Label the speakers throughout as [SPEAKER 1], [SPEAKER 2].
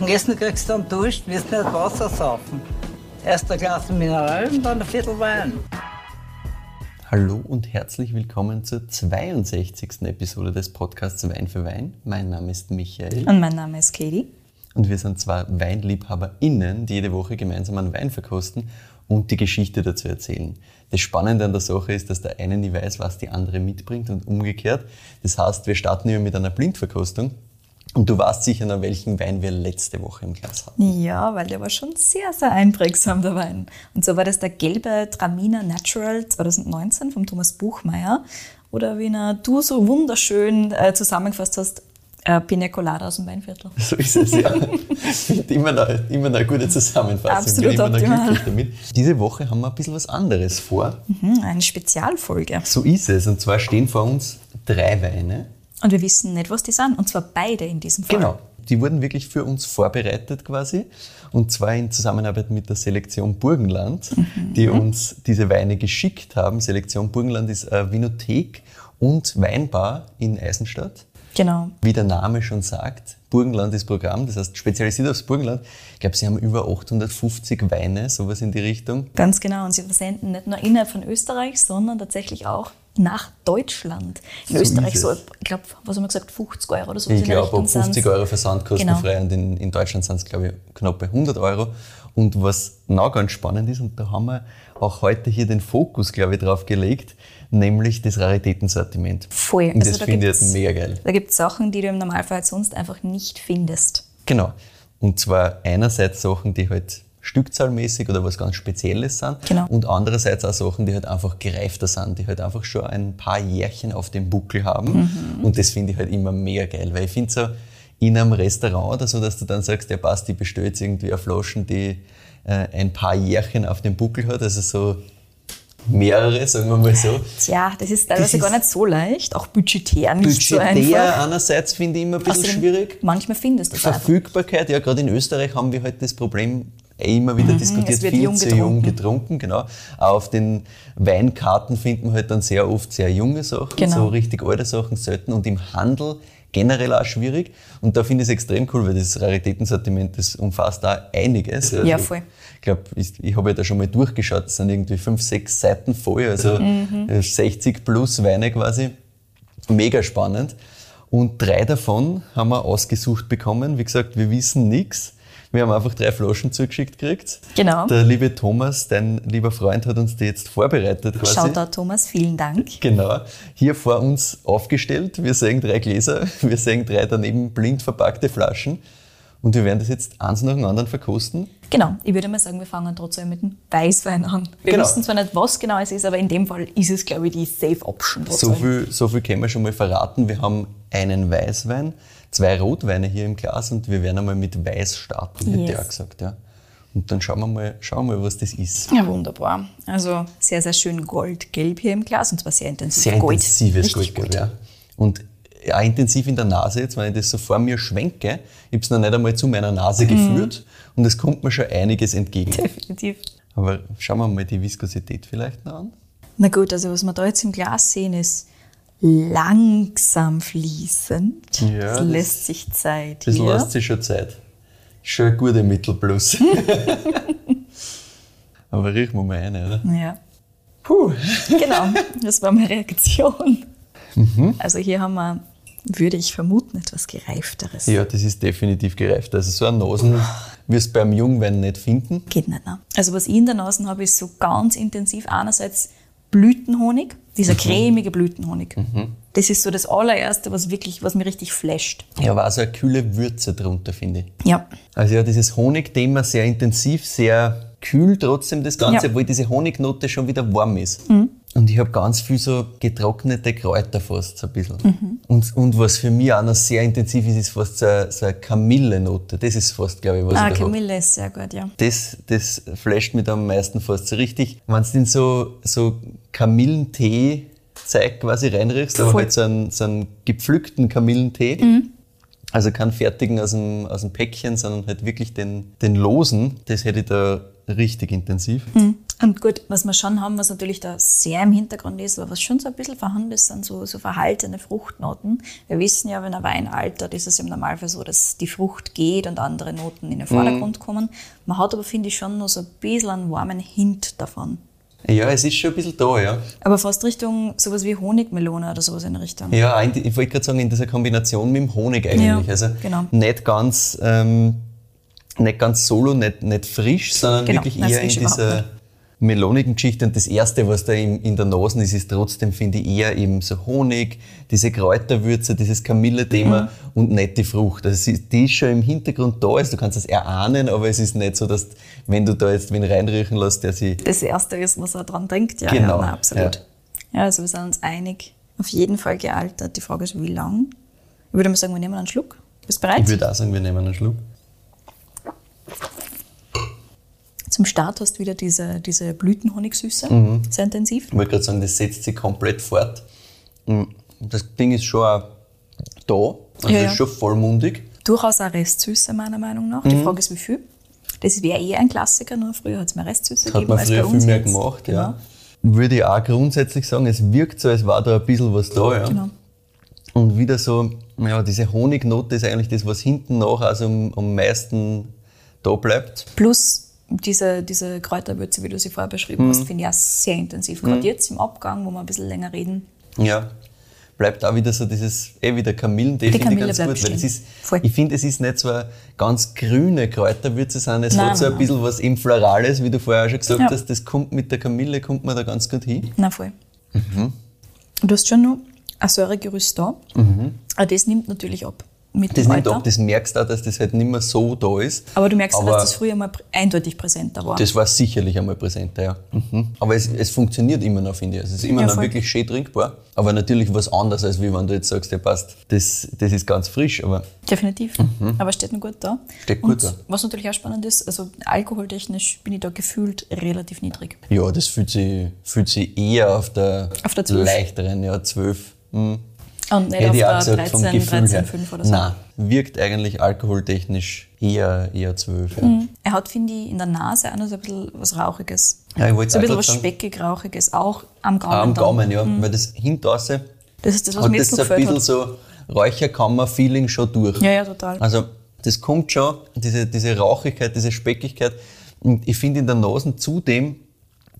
[SPEAKER 1] Und essen kriegst du dann Dusch, wirst nicht Wasser saufen. Erst ein Glas Mineral und dann ein Viertel Wein.
[SPEAKER 2] Hallo und herzlich willkommen zur 62. Episode des Podcasts Wein für Wein. Mein Name ist Michael
[SPEAKER 3] Und mein Name ist Katie.
[SPEAKER 2] und wir sind zwar WeinliebhaberInnen, die jede Woche gemeinsam einen Wein verkosten und die Geschichte dazu erzählen. Das Spannende an der Sache ist, dass der eine nie weiß, was die andere mitbringt und umgekehrt. Das heißt, wir starten immer mit einer Blindverkostung und du weißt sicher noch, welchen Wein wir letzte Woche im Glas hatten.
[SPEAKER 3] Ja, weil der war schon sehr, sehr einprägsam, der Wein. Und so war das der gelbe Traminer Natural 2019 vom Thomas Buchmeier. Oder wie na, du so wunderschön äh, zusammengefasst hast, äh, Pina Colada aus dem Weinviertel.
[SPEAKER 2] So ist es, ja. Finde immer noch, immer noch eine gute Zusammenfassung.
[SPEAKER 3] Absolut
[SPEAKER 2] Bin immer noch
[SPEAKER 3] optimal.
[SPEAKER 2] glücklich damit. Diese Woche haben wir ein bisschen was anderes vor.
[SPEAKER 3] Mhm, eine Spezialfolge.
[SPEAKER 2] So ist es. Und zwar stehen vor uns drei Weine.
[SPEAKER 3] Und wir wissen nicht, was die sind. Und zwar beide in diesem Fall.
[SPEAKER 2] Genau. Die wurden wirklich für uns vorbereitet quasi. Und zwar in Zusammenarbeit mit der Selektion Burgenland,
[SPEAKER 3] Mhm.
[SPEAKER 2] die uns diese Weine geschickt haben. Selektion Burgenland ist eine Winothek und Weinbar in Eisenstadt.
[SPEAKER 3] Genau.
[SPEAKER 2] Wie der Name schon sagt, Burgenland ist Programm, das heißt spezialisiert aufs Burgenland. Ich glaube, sie haben über 850 Weine, sowas in die Richtung.
[SPEAKER 3] Ganz genau. Und sie versenden nicht nur innerhalb von Österreich, sondern tatsächlich auch nach Deutschland. In
[SPEAKER 2] So
[SPEAKER 3] Österreich
[SPEAKER 2] ist
[SPEAKER 3] so,
[SPEAKER 2] es.
[SPEAKER 3] ich glaube, was haben wir gesagt, 50 Euro oder so.
[SPEAKER 2] Ich glaube, ab 50 Euro Versand
[SPEAKER 3] versandkostenfrei.
[SPEAKER 2] kostenfrei und in, in Deutschland sind es, glaube ich, knapp bei 100 Euro. Und was noch ganz spannend ist, und da haben wir auch heute hier den Fokus, glaube ich, drauf gelegt, nämlich das Raritätensortiment.
[SPEAKER 3] Voll. Also
[SPEAKER 2] Und das
[SPEAKER 3] da
[SPEAKER 2] finde ich
[SPEAKER 3] gibt's-
[SPEAKER 2] jetzt mega geil.
[SPEAKER 3] Da gibt es Sachen, die du im Normalfall sonst einfach nicht findest.
[SPEAKER 2] Genau. Und zwar einerseits Sachen, die halt stückzahlmäßig oder was ganz Spezielles sind.
[SPEAKER 3] Genau.
[SPEAKER 2] Und andererseits auch Sachen, die halt einfach gereifter sind, die halt einfach schon ein paar Jährchen auf dem Buckel haben.
[SPEAKER 3] Mhm.
[SPEAKER 2] Und das finde ich halt immer mega geil, weil ich finde so in einem Restaurant oder so, dass du dann sagst, der passt, die bestellt irgendwie eine Flaschen, die äh, ein paar Jährchen auf dem Buckel hat, also so mehrere, sagen wir mal so.
[SPEAKER 3] Tja, das ist teilweise
[SPEAKER 2] ist
[SPEAKER 3] gar nicht so leicht, auch budgetär nicht so
[SPEAKER 2] Budgetär
[SPEAKER 3] einfach.
[SPEAKER 2] einerseits finde ich immer ein bisschen
[SPEAKER 3] Außerdem,
[SPEAKER 2] schwierig.
[SPEAKER 3] Manchmal findest du es einfach.
[SPEAKER 2] Verfügbarkeit, ja, gerade in Österreich haben wir halt das Problem eh immer wieder diskutiert,
[SPEAKER 3] Mhm. es wird
[SPEAKER 2] viel
[SPEAKER 3] jung
[SPEAKER 2] zu jung getrunken, genau. Auch auf den Weinkarten findet man halt dann sehr oft sehr junge Sachen,
[SPEAKER 3] Genau.
[SPEAKER 2] so richtig alte Sachen selten und im Handel generell auch schwierig. Und da finde ich es extrem cool, weil das Raritätensortiment, das umfasst da einiges. Also
[SPEAKER 3] Ja, voll.
[SPEAKER 2] Ich glaube, ich, ich habe ja da schon mal durchgeschaut, es sind irgendwie fünf, sechs Seiten voll, also
[SPEAKER 3] Mhm.
[SPEAKER 2] äh, 60 plus Weine quasi. Mega spannend. Und drei davon haben wir ausgesucht bekommen. Wie gesagt, wir wissen nichts. Wir haben einfach drei Flaschen zugeschickt gekriegt.
[SPEAKER 3] Genau.
[SPEAKER 2] Der liebe Thomas, dein lieber Freund, hat uns die jetzt vorbereitet quasi.
[SPEAKER 3] Schaut da, Thomas, vielen Dank.
[SPEAKER 2] Genau. Hier vor uns aufgestellt. Wir sehen drei Gläser. Wir sehen drei daneben blind verpackte Flaschen. Und wir werden das jetzt eins nach dem anderen verkosten.
[SPEAKER 3] Genau, ich würde mal sagen, wir fangen trotzdem mit dem Weißwein an. Wir
[SPEAKER 2] Genau.
[SPEAKER 3] wissen zwar nicht, was genau es ist, aber in dem Fall ist es, glaube ich, die Safe Option.
[SPEAKER 2] So
[SPEAKER 3] trotzdem.
[SPEAKER 2] viel, so viel können wir schon mal verraten. Wir haben einen Weißwein, zwei Rotweine hier im Glas und wir werden einmal mit Weiß starten, hätte
[SPEAKER 3] Yes.
[SPEAKER 2] ich auch gesagt. Ja. Und dann schauen wir, mal, schauen wir mal, was das ist.
[SPEAKER 3] Ja, wunderbar. Also sehr, sehr schön goldgelb hier im Glas und zwar sehr intensiv.
[SPEAKER 2] Sehr
[SPEAKER 3] Gold.
[SPEAKER 2] intensives
[SPEAKER 3] Richtig
[SPEAKER 2] Goldgelb, ja. Und auch intensiv in der Nase jetzt, wenn ich das so vor mir schwenke, ich habe es noch nicht einmal zu meiner
[SPEAKER 3] Mhm.
[SPEAKER 2] Nase geführt und es kommt mir schon einiges entgegen.
[SPEAKER 3] Definitiv.
[SPEAKER 2] Aber schauen wir mal die Viskosität vielleicht noch an.
[SPEAKER 3] Na gut, also was wir da jetzt im Glas sehen, ist langsam fließend.
[SPEAKER 2] Ja,
[SPEAKER 3] das
[SPEAKER 2] das-
[SPEAKER 3] lässt sich Zeit
[SPEAKER 2] Das
[SPEAKER 3] hier.
[SPEAKER 2] lässt sich schon Zeit. Schon eine gute Mittelplus. Aber riechen wir mal eine, oder?
[SPEAKER 3] Ja,
[SPEAKER 2] Puh.
[SPEAKER 3] genau. Das war meine Reaktion.
[SPEAKER 2] Mhm.
[SPEAKER 3] Also hier haben wir, würde ich vermuten, etwas gereifteres.
[SPEAKER 2] Ja, das ist definitiv gereift. Also so eine Nasen wirst du beim Jungwein nicht finden.
[SPEAKER 3] Geht nicht mehr. Also was ich in der Nase habe, ist so ganz intensiv einerseits Blütenhonig, dieser
[SPEAKER 2] Mhm.
[SPEAKER 3] cremige Blütenhonig. Das ist so das allererste, was wirklich, was mir richtig flasht.
[SPEAKER 2] Ja, war so eine kühle Würze drunter, finde ich.
[SPEAKER 3] Ja,
[SPEAKER 2] Also ja, dieses Honigthema sehr intensiv, sehr kühl trotzdem das Ganze,
[SPEAKER 3] Ja. Mhm.
[SPEAKER 2] obwohl diese Honignote schon wieder warm ist. Und ich habe ganz viel so getrocknete Kräuter fast so ein bisschen.
[SPEAKER 3] Mhm.
[SPEAKER 2] Und, und was für mich auch noch sehr intensiv ist, ist fast so eine, so eine Kamillenote. Das ist fast, glaube ich, was
[SPEAKER 3] ah,
[SPEAKER 2] ich da hab.
[SPEAKER 3] Camille ist sehr gut, ja.
[SPEAKER 2] das, das flasht mich da am meisten fast so richtig. Wenn du in so, so Kamillentee zeigt quasi reinriechst, aber
[SPEAKER 3] Voll.
[SPEAKER 2] halt so einen, so einen gepflückten Kamillentee. Also keinen fertigen aus dem, aus dem Päckchen, sondern halt wirklich den, den losen. Das hätte ich da richtig intensiv.
[SPEAKER 3] Mhm. Und gut, was wir schon haben, was natürlich da sehr im Hintergrund ist, aber was schon so ein bisschen vorhanden ist, sind so, so verhaltene Fruchtnoten. Wir wissen ja, wenn ein Wein altert, ist es im Normalfall so, dass die Frucht geht und andere Noten
[SPEAKER 2] Mhm.
[SPEAKER 3] in den Vordergrund kommen. Man hat aber, finde ich, schon noch so ein bisschen einen warmen Hint davon.
[SPEAKER 2] Ja, es ist schon ein bisschen da, ja.
[SPEAKER 3] Aber fast Richtung sowas wie Honigmelone oder sowas in der Richtung.
[SPEAKER 2] Ja, ein- ich wollte gerade sagen, in dieser Kombination mit dem Honig eigentlich.
[SPEAKER 3] Ja,
[SPEAKER 2] also
[SPEAKER 3] genau.
[SPEAKER 2] nicht ganz, ähm, nicht ganz solo, nicht, nicht frisch, sondern
[SPEAKER 3] Genau,
[SPEAKER 2] wirklich
[SPEAKER 3] nein,
[SPEAKER 2] eher in
[SPEAKER 3] frisch überhaupt
[SPEAKER 2] dieser
[SPEAKER 3] nicht.
[SPEAKER 2] melonigen Geschichte. Und das Erste, was da in, in der Nase ist, ist trotzdem, finde ich, eher eben so Honig, diese Kräuterwürze, dieses Kamille-Thema
[SPEAKER 3] Mhm.
[SPEAKER 2] und nicht die Frucht. Also sie- die ist schon im Hintergrund da, also du kannst das erahnen, aber es ist nicht so, dass wenn du da jetzt wen reinriechen lässt, der sie
[SPEAKER 3] das Erste ist, was er dran denkt. Ja,
[SPEAKER 2] Genau,
[SPEAKER 3] ja nein, absolut.
[SPEAKER 2] ja.
[SPEAKER 3] Ja. also wir sind uns einig. Auf jeden Fall gealtert. Die Frage ist, wie lang? Ich würde mal sagen, wir nehmen einen Schluck. Bist bereit?
[SPEAKER 2] Ich würde auch sagen, wir nehmen einen Schluck.
[SPEAKER 3] Zum Start hast du wieder diese, diese Blütenhonigsüße.
[SPEAKER 2] Mhm.
[SPEAKER 3] Sehr intensiv.
[SPEAKER 2] Ich wollte gerade sagen, das setzt sich komplett fort. Mm, Das Ding ist schon auch da, also
[SPEAKER 3] Ja, ja.
[SPEAKER 2] ist schon vollmundig.
[SPEAKER 3] Durchaus auch Restsüße, meiner Meinung nach.
[SPEAKER 2] Mhm.
[SPEAKER 3] Die Frage ist, wie viel? Das wäre eher ein Klassiker, nur früher hat es mehr Restsüße
[SPEAKER 2] Das hat
[SPEAKER 3] gegeben
[SPEAKER 2] man
[SPEAKER 3] als bei
[SPEAKER 2] früher viel
[SPEAKER 3] uns
[SPEAKER 2] mehr
[SPEAKER 3] jetzt.
[SPEAKER 2] gemacht.
[SPEAKER 3] Genau.
[SPEAKER 2] Ja. Würde ich auch grundsätzlich sagen, es wirkt so, als war da ein bisschen was da. Ja.
[SPEAKER 3] Genau.
[SPEAKER 2] Und wieder so, ja, diese Honignote ist eigentlich das, was hinten nach also am, am meisten da bleibt.
[SPEAKER 3] Plus diese, diese Kräuterwürze, wie du sie vorher beschrieben
[SPEAKER 2] Mhm.
[SPEAKER 3] hast, finde ich auch sehr intensiv. Gerade jetzt im Abgang, wo wir ein bisschen länger reden,
[SPEAKER 2] Ja. Bleibt auch wieder so dieses, eh wieder Kamillentee,
[SPEAKER 3] Die
[SPEAKER 2] finde ich
[SPEAKER 3] Kamille
[SPEAKER 2] ganz
[SPEAKER 3] bleibt
[SPEAKER 2] gut, weil es
[SPEAKER 3] stehen.
[SPEAKER 2] ist,
[SPEAKER 3] Voll.
[SPEAKER 2] ich finde, es ist nicht so eine ganz grüne Kräuterwürze, sondern es
[SPEAKER 3] Nein,
[SPEAKER 2] hat so
[SPEAKER 3] nein,
[SPEAKER 2] ein bisschen was eben Florales, wie du vorher auch schon gesagt
[SPEAKER 3] Ja.
[SPEAKER 2] hast, das kommt mit der Kamille, kommt man da ganz gut hin.
[SPEAKER 3] Na voll.
[SPEAKER 2] Mhm.
[SPEAKER 3] Du hast schon noch ein Säuregerüst da. Aber das nimmt natürlich ab mit
[SPEAKER 2] Mhm. Das
[SPEAKER 3] dem
[SPEAKER 2] nimmt
[SPEAKER 3] Alter.
[SPEAKER 2] ab, das merkst du auch, dass das halt nicht mehr so da ist.
[SPEAKER 3] aber du merkst auch,
[SPEAKER 2] Aber-
[SPEAKER 3] dass das früher mal pr- eindeutig präsenter war.
[SPEAKER 2] Das war sicherlich einmal präsenter, ja. Mhm. Aber es, es funktioniert immer noch, finde ich. Also es ist immer
[SPEAKER 3] Ja,
[SPEAKER 2] noch
[SPEAKER 3] voll.
[SPEAKER 2] wirklich schön trinkbar. Aber natürlich was anderes, als wie wenn du jetzt sagst, ja passt, das, das ist ganz frisch. Aber
[SPEAKER 3] Definitiv. Aber steht noch gut da.
[SPEAKER 2] Mhm. Steht
[SPEAKER 3] Und
[SPEAKER 2] gut da.
[SPEAKER 3] Was natürlich auch spannend ist, also alkoholtechnisch bin ich da gefühlt relativ niedrig.
[SPEAKER 2] ja, das fühlt sich, fühlt sich eher auf der,
[SPEAKER 3] Auf der 12.
[SPEAKER 2] leichteren, ja, 12. Mhm.
[SPEAKER 3] Ah, Und nicht
[SPEAKER 2] Hätte ich auch
[SPEAKER 3] auf äh, der
[SPEAKER 2] gesagt, vom
[SPEAKER 3] 13,
[SPEAKER 2] Gefühl her.
[SPEAKER 3] 13,5 oder so.
[SPEAKER 2] Nein, wirkt eigentlich alkoholtechnisch eher, eher 12. Ja.
[SPEAKER 3] Er hat, finde ich, in der Nase auch noch so ein bisschen was Rauchiges.
[SPEAKER 2] Ja, ich wollte
[SPEAKER 3] So ein
[SPEAKER 2] es auch
[SPEAKER 3] bisschen
[SPEAKER 2] gerade
[SPEAKER 3] was
[SPEAKER 2] sagen.
[SPEAKER 3] Speckig-Rauchiges, auch am Gaumen.
[SPEAKER 2] Ah, Am
[SPEAKER 3] dann.
[SPEAKER 2] Gaumen, ja. Weil das Hinterausse
[SPEAKER 3] Mhm. Das ist das, was
[SPEAKER 2] hat
[SPEAKER 3] mir
[SPEAKER 2] das
[SPEAKER 3] jetzt
[SPEAKER 2] so
[SPEAKER 3] noch
[SPEAKER 2] ein bisschen
[SPEAKER 3] gefällt hat.
[SPEAKER 2] so Räucherkammer-Feeling schon durch.
[SPEAKER 3] Ja, ja, total.
[SPEAKER 2] Also das kommt schon, diese, diese Rauchigkeit, diese Speckigkeit. Und ich finde in der Nase zudem,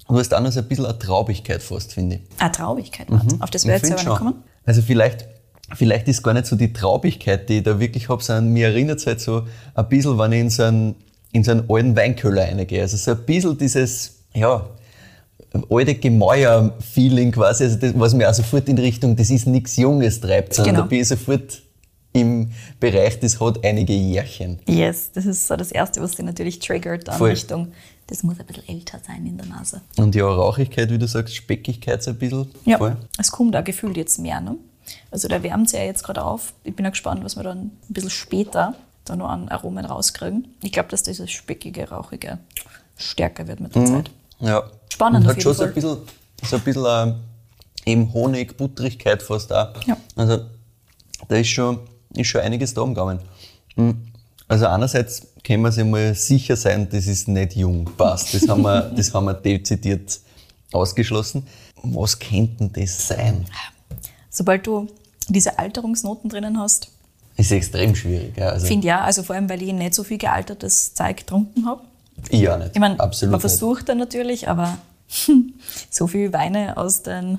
[SPEAKER 2] du hast auch noch so ein bisschen eine Traubigkeit fast, finde ich.
[SPEAKER 3] Ah, Traurigkeit, mhm. Auf das wäre
[SPEAKER 2] Ich
[SPEAKER 3] jetzt
[SPEAKER 2] find
[SPEAKER 3] aber nicht gekommen.
[SPEAKER 2] Also vielleicht, vielleicht ist gar nicht so die Traubigkeit, die ich da wirklich habe, sondern mir erinnert es halt so ein bisschen, wenn ich in so einen, in so einen alten Weinkeller reingehe. Also so ein bisschen dieses, ja, alte Gemäuer-Feeling quasi, also das, was mir auch sofort in Richtung, das ist nichts Junges treibt, sondern
[SPEAKER 3] Genau.
[SPEAKER 2] da bin ich sofort im Bereich, das hat einige Jährchen.
[SPEAKER 3] Yes, das ist so das Erste, was sie natürlich triggert, dann
[SPEAKER 2] Voll.
[SPEAKER 3] Richtung, das muss ein bisschen älter sein in der Nase.
[SPEAKER 2] Und ja, Rauchigkeit, wie du sagst, Speckigkeit so ein bisschen.
[SPEAKER 3] Ja,
[SPEAKER 2] Voll.
[SPEAKER 3] es kommt da gefühlt jetzt mehr. Ne? Also da wärmt sie ja jetzt gerade auf. Ich bin ja gespannt, was wir dann ein bisschen später da noch an Aromen rauskriegen. Ich glaube, dass dieses speckige, rauchige stärker wird mit der Zeit.
[SPEAKER 2] Ja.
[SPEAKER 3] Spannend
[SPEAKER 2] Und
[SPEAKER 3] auf
[SPEAKER 2] hat schon
[SPEAKER 3] jeden
[SPEAKER 2] so ein
[SPEAKER 3] Fall.
[SPEAKER 2] bisschen, so ein bisschen ähm, eben Honig, Buttrigkeit fast da.
[SPEAKER 3] Ja.
[SPEAKER 2] Also da ist schon, ist schon einiges da umgegangen. Mhm. Also einerseits können wir sich mal sicher sein, das ist nicht jung. Passt. Das haben wir, das haben wir dezidiert ausgeschlossen. Was könnte denn das sein?
[SPEAKER 3] Sobald du diese Alterungsnoten drinnen hast,
[SPEAKER 2] Ist extrem schwierig. Ja, also,
[SPEAKER 3] finde ja, also vor allem, weil ich nicht so viel gealtertes Zeug getrunken habe.
[SPEAKER 2] ich auch nicht.
[SPEAKER 3] Ich meine,
[SPEAKER 2] Absolut
[SPEAKER 3] man
[SPEAKER 2] nicht.
[SPEAKER 3] versucht dann natürlich, aber so viel Weine aus den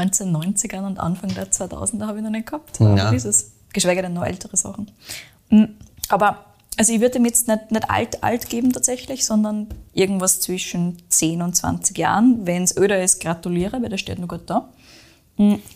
[SPEAKER 3] 1990ern und Anfang der 2000er habe ich noch nicht gehabt.
[SPEAKER 2] Ja.
[SPEAKER 3] Wie ist es? Geschweige denn noch ältere Sachen. Mm, Aber also ich würde ihm jetzt nicht, nicht alt, alt geben tatsächlich, sondern irgendwas zwischen 10 und 20 Jahren. Wenn es öder ist, gratuliere, weil der steht noch gut da.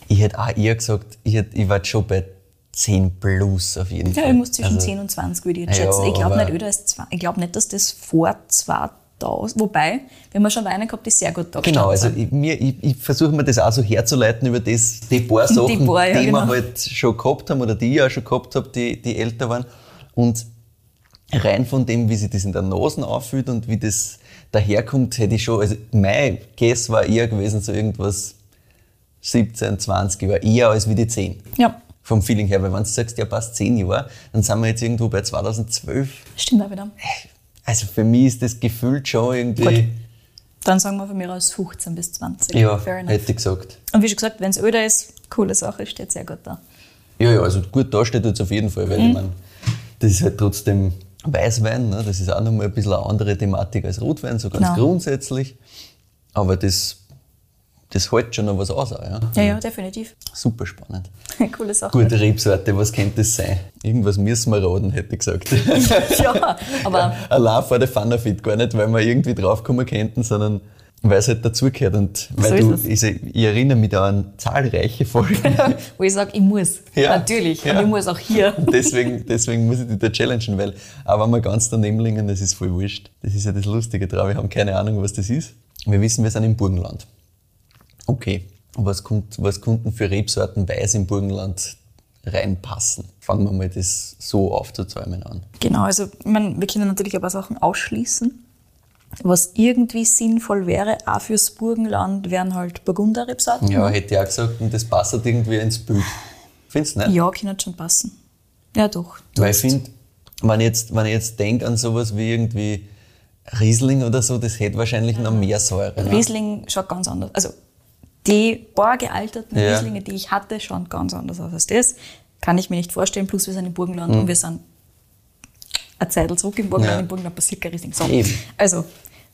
[SPEAKER 2] Ich hätte auch eher gesagt, ich, hätte, ich war schon bei 10 plus auf jeden Fall.
[SPEAKER 3] Ja, ich muss zwischen
[SPEAKER 2] Also-
[SPEAKER 3] 10 und 20 würde ich jetzt
[SPEAKER 2] Ja,
[SPEAKER 3] schätzen. ich glaube
[SPEAKER 2] aber-
[SPEAKER 3] nicht, öder ist zwa- ich glaube nicht, dass das vor 2000, wobei, wir haben schon Weine gehabt, die sehr gut da
[SPEAKER 2] Genau,
[SPEAKER 3] gestanden
[SPEAKER 2] also ich, mir- ich, ich versuche mir das auch so herzuleiten über das, die paar Sachen, die,
[SPEAKER 3] paar, ja,
[SPEAKER 2] wir
[SPEAKER 3] genau.
[SPEAKER 2] halt schon gehabt haben oder die ich auch schon gehabt habe, die, die älter waren. Und rein von dem, wie sich das in der Nase anfühlt und wie das daherkommt, hätte ich schon, also mein Guess war eher gewesen, so irgendwas 17, 20 war eher als wie die 10.
[SPEAKER 3] Ja,
[SPEAKER 2] Vom Feeling her, weil wenn du sagst, ja passt 10 Jahre, dann sind wir jetzt irgendwo bei 2012.
[SPEAKER 3] stimmt auch wieder.
[SPEAKER 2] Also für mich ist das gefühlt schon irgendwie.
[SPEAKER 3] Gut. Dann sagen wir von mir aus 15 bis 20.
[SPEAKER 2] Ja,
[SPEAKER 3] Fair enough.
[SPEAKER 2] hätte ich gesagt.
[SPEAKER 3] Und wie schon gesagt, wenn es öder ist, coole Sache, steht sehr gut da.
[SPEAKER 2] Ja, ja, also gut dasteht jetzt auf jeden Fall,
[SPEAKER 3] Mhm.
[SPEAKER 2] weil ich meine, das ist halt trotzdem Weißwein, ne? das ist auch nochmal ein bisschen eine andere Thematik als Rotwein, so ganz
[SPEAKER 3] Genau.
[SPEAKER 2] grundsätzlich. Aber das, das hält schon noch was aus. Auch, ja?
[SPEAKER 3] Ja, ja, definitiv.
[SPEAKER 2] Super spannend.
[SPEAKER 3] coole Sache.
[SPEAKER 2] Gute Rebsorte, was könnte das sein? Irgendwas müssen wir raten, hätte ich gesagt.
[SPEAKER 3] Ja, aber
[SPEAKER 2] Allein vor der Fun of It, gar nicht, weil wir irgendwie draufkommen könnten, sondern weil es halt dazugehört. Und weil
[SPEAKER 3] So
[SPEAKER 2] du,
[SPEAKER 3] ist
[SPEAKER 2] ich, ich erinnere mich da an zahlreiche Folgen.
[SPEAKER 3] wo ich sage, ich muss.
[SPEAKER 2] Ja,
[SPEAKER 3] Natürlich.
[SPEAKER 2] ja.
[SPEAKER 3] Und ich muss auch hier.
[SPEAKER 2] deswegen, deswegen muss ich dich da challengen, weil auch wenn wir ganz daneben liegen, das ist voll wurscht. Das ist ja das Lustige drauf. Wir haben keine Ahnung, was das ist. Wir wissen, wir sind im Burgenland. Okay. Was kommt, was konnten für Rebsorten weiß im Burgenland reinpassen? Fangen wir mal das so aufzuzäumen an.
[SPEAKER 3] Genau, also ich mein, wir können natürlich aber Sachen ausschließen. Was irgendwie sinnvoll wäre, auch fürs Burgenland, wären halt Burgunderrebsorten.
[SPEAKER 2] Ja, hätte ich auch gesagt, und das passt halt irgendwie ins Bild. Findest du nicht?
[SPEAKER 3] Ja, können schon passen. Ja, doch.
[SPEAKER 2] Weil ich finde, wenn ich jetzt, wenn ich jetzt denke an sowas wie irgendwie Riesling oder so, das hätte wahrscheinlich noch mehr Säure. ne?
[SPEAKER 3] Mhm. Riesling schaut ganz anders. Also die paar gealterten
[SPEAKER 2] Ja.
[SPEAKER 3] Rieslinge, die ich hatte, schauen ganz anders aus als das. Kann ich mir nicht vorstellen. Plus wir sind im Burgenland und wir sind eine Zeit zurück im Burgenland.
[SPEAKER 2] Mhm. Ja.
[SPEAKER 3] Im Burgenland passiert kein Riesling. So.
[SPEAKER 2] Eben.
[SPEAKER 3] Also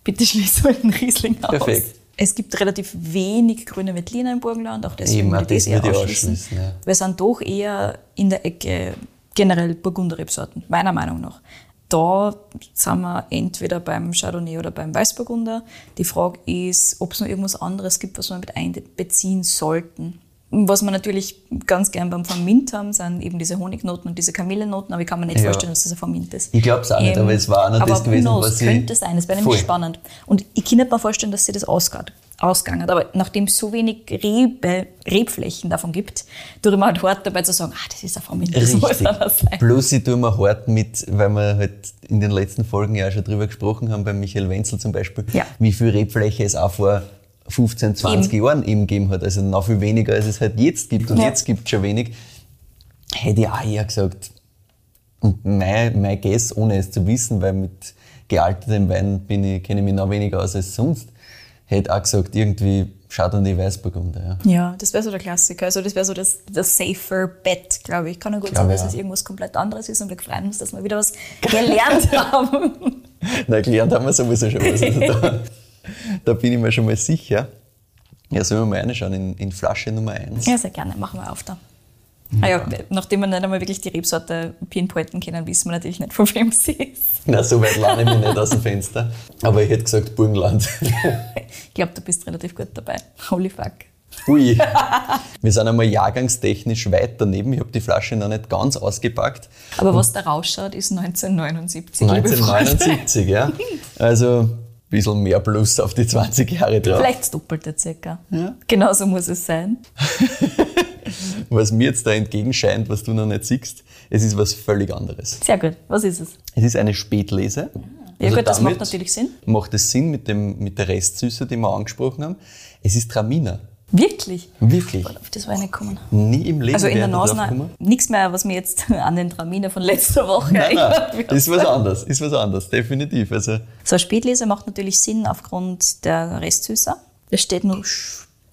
[SPEAKER 3] bitte schließ mal den Riesling aus.
[SPEAKER 2] Perfekt.
[SPEAKER 3] Es gibt relativ wenig grüne Veltliner im Burgenland, auch deswegen
[SPEAKER 2] Eben, auch
[SPEAKER 3] würde ich
[SPEAKER 2] das
[SPEAKER 3] das eher
[SPEAKER 2] würde ich
[SPEAKER 3] ausschließen.
[SPEAKER 2] ausschließen, ja.
[SPEAKER 3] Wir sind doch eher in der Ecke generell Burgunderrebsorten, meiner Meinung nach. Da sind wir entweder beim Chardonnay oder beim Weißburgunder. Die Frage ist, ob es noch irgendwas anderes gibt, was wir mit einbeziehen sollten. Was wir natürlich ganz gern beim Vermint haben, sind eben diese Honignoten und diese Kamillennoten, aber ich kann mir nicht
[SPEAKER 2] Ja.
[SPEAKER 3] vorstellen, dass das ein Vermint ist.
[SPEAKER 2] Ich glaub's auch nicht, aber es war auch noch
[SPEAKER 3] Ähm, aber
[SPEAKER 2] das gewesen,
[SPEAKER 3] who knows,
[SPEAKER 2] was ich-
[SPEAKER 3] könnte sein, es wäre nämlich
[SPEAKER 2] Voll.
[SPEAKER 3] spannend. Und ich kann nicht mir vorstellen, dass sie das ausgeht, ausgegangen hat. Aber nachdem es so wenig Rebe, Rebflächen davon gibt, tue ich mir halt hart dabei zu sagen, ah, das ist ein Vermint, das muss einer
[SPEAKER 2] Richtig.
[SPEAKER 3] sein.
[SPEAKER 2] Plus ich tue mir hart mit, weil wir halt in den letzten Folgen ja auch schon drüber gesprochen haben, bei Michael Wenzel zum Beispiel,
[SPEAKER 3] Ja.
[SPEAKER 2] wie viel Rebfläche es auch vor 15, 20 Jahren eben gegeben hat. Also noch viel weniger, als es halt jetzt gibt. Und
[SPEAKER 3] Ja.
[SPEAKER 2] jetzt gibt es schon wenig. Hätte ich auch eher gesagt. Und mein, mein Guess, ohne es zu wissen, weil mit gealtertem Wein bin ich, kenne ich mich noch weniger aus als sonst, hätte auch gesagt, irgendwie Chardonnay Weißburgunder. Ja.
[SPEAKER 3] Ja, das wäre so der Klassiker. Also das wäre so das, das safer Bet, glaube ich. Kann ja gut
[SPEAKER 2] Glaub
[SPEAKER 3] sein,
[SPEAKER 2] ich
[SPEAKER 3] dass
[SPEAKER 2] auch.
[SPEAKER 3] es irgendwas komplett anderes ist und wir freuen uns, dass wir wieder was gelernt haben.
[SPEAKER 2] Na, gelernt haben wir sowieso schon was. Also da, da bin ich mir schon mal sicher. Ja, sollen wir mal reinschauen in, in Flasche Nummer 1.
[SPEAKER 3] Ja, sehr gerne. Machen wir auf da. Ah ja, nachdem wir nicht einmal wirklich die Rebsorte pinpointen können, wissen wir natürlich nicht, von wem sie ist.
[SPEAKER 2] Na, so weit lade ich mich nicht aus dem Fenster. Aber ich hätte gesagt Burgenland.
[SPEAKER 3] Ich glaube, du bist relativ gut dabei. Holy fuck.
[SPEAKER 2] Ui. Wir sind einmal jahrgangstechnisch weit daneben. Ich habe die Flasche noch nicht ganz ausgepackt.
[SPEAKER 3] Aber was da rausschaut, ist 1979. liebe Freunde.
[SPEAKER 2] 1979, ja. Also ein bisschen mehr Plus auf die 20 Jahre drauf.
[SPEAKER 3] Vielleicht das Doppelte circa. Ja. Genau so muss es sein.
[SPEAKER 2] Was mir jetzt da entgegenscheint, was du noch nicht siehst, es ist was völlig anderes.
[SPEAKER 3] Sehr gut. Was ist es?
[SPEAKER 2] Es ist eine Spätlese. Also
[SPEAKER 3] Ja, gut, das
[SPEAKER 2] damit
[SPEAKER 3] macht natürlich Sinn.
[SPEAKER 2] Macht es Sinn mit, dem, mit der Restsüße, die wir angesprochen haben. Es ist Traminer.
[SPEAKER 3] Wirklich?
[SPEAKER 2] Wirklich.
[SPEAKER 3] Auf das war ich nicht gekommen.
[SPEAKER 2] Nie im Leben
[SPEAKER 3] Also in der
[SPEAKER 2] wäre ich
[SPEAKER 3] Nase
[SPEAKER 2] drauf gekommen.
[SPEAKER 3] nichts mehr, was mir jetzt an den Traminer von letzter Woche
[SPEAKER 2] Nein, nein,
[SPEAKER 3] erinnert.
[SPEAKER 2] ist was anderes, ist was anderes, definitiv. Also,
[SPEAKER 3] So, Spätlese macht natürlich Sinn aufgrund der Restsüßer. Das steht nur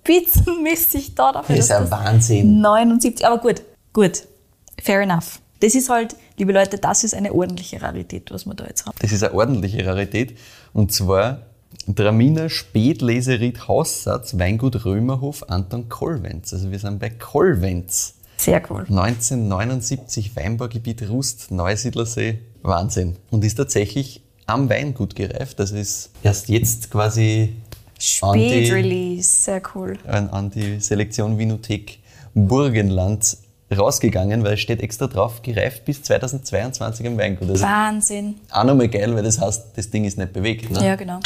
[SPEAKER 3] spitzenmäßig da dafür.
[SPEAKER 2] das ist
[SPEAKER 3] dass
[SPEAKER 2] ein Wahnsinn.
[SPEAKER 3] 79, aber gut, gut. Fair enough. Das ist halt, liebe Leute, das ist eine ordentliche Rarität, was wir da jetzt haben.
[SPEAKER 2] Das ist eine ordentliche Rarität. Und zwar Traminer Spätlese Ried Haussatz, Weingut Römerhof, Anton Kollwenz. Also wir sind bei Kollwenz.
[SPEAKER 3] Sehr cool.
[SPEAKER 2] 1979 Weinbaugebiet Rust, Neusiedlersee. Wahnsinn. Und ist tatsächlich am Weingut gereift. Das ist erst jetzt quasi an die,
[SPEAKER 3] Spät-Release, sehr cool.
[SPEAKER 2] an, an die Selektion Winothek Burgenland rausgegangen, weil es steht extra drauf, gereift bis 2022 am Weingut. Also
[SPEAKER 3] Wahnsinn.
[SPEAKER 2] auch nochmal geil, weil das heißt, das Ding ist nicht bewegt. Ne?
[SPEAKER 3] Ja, genau.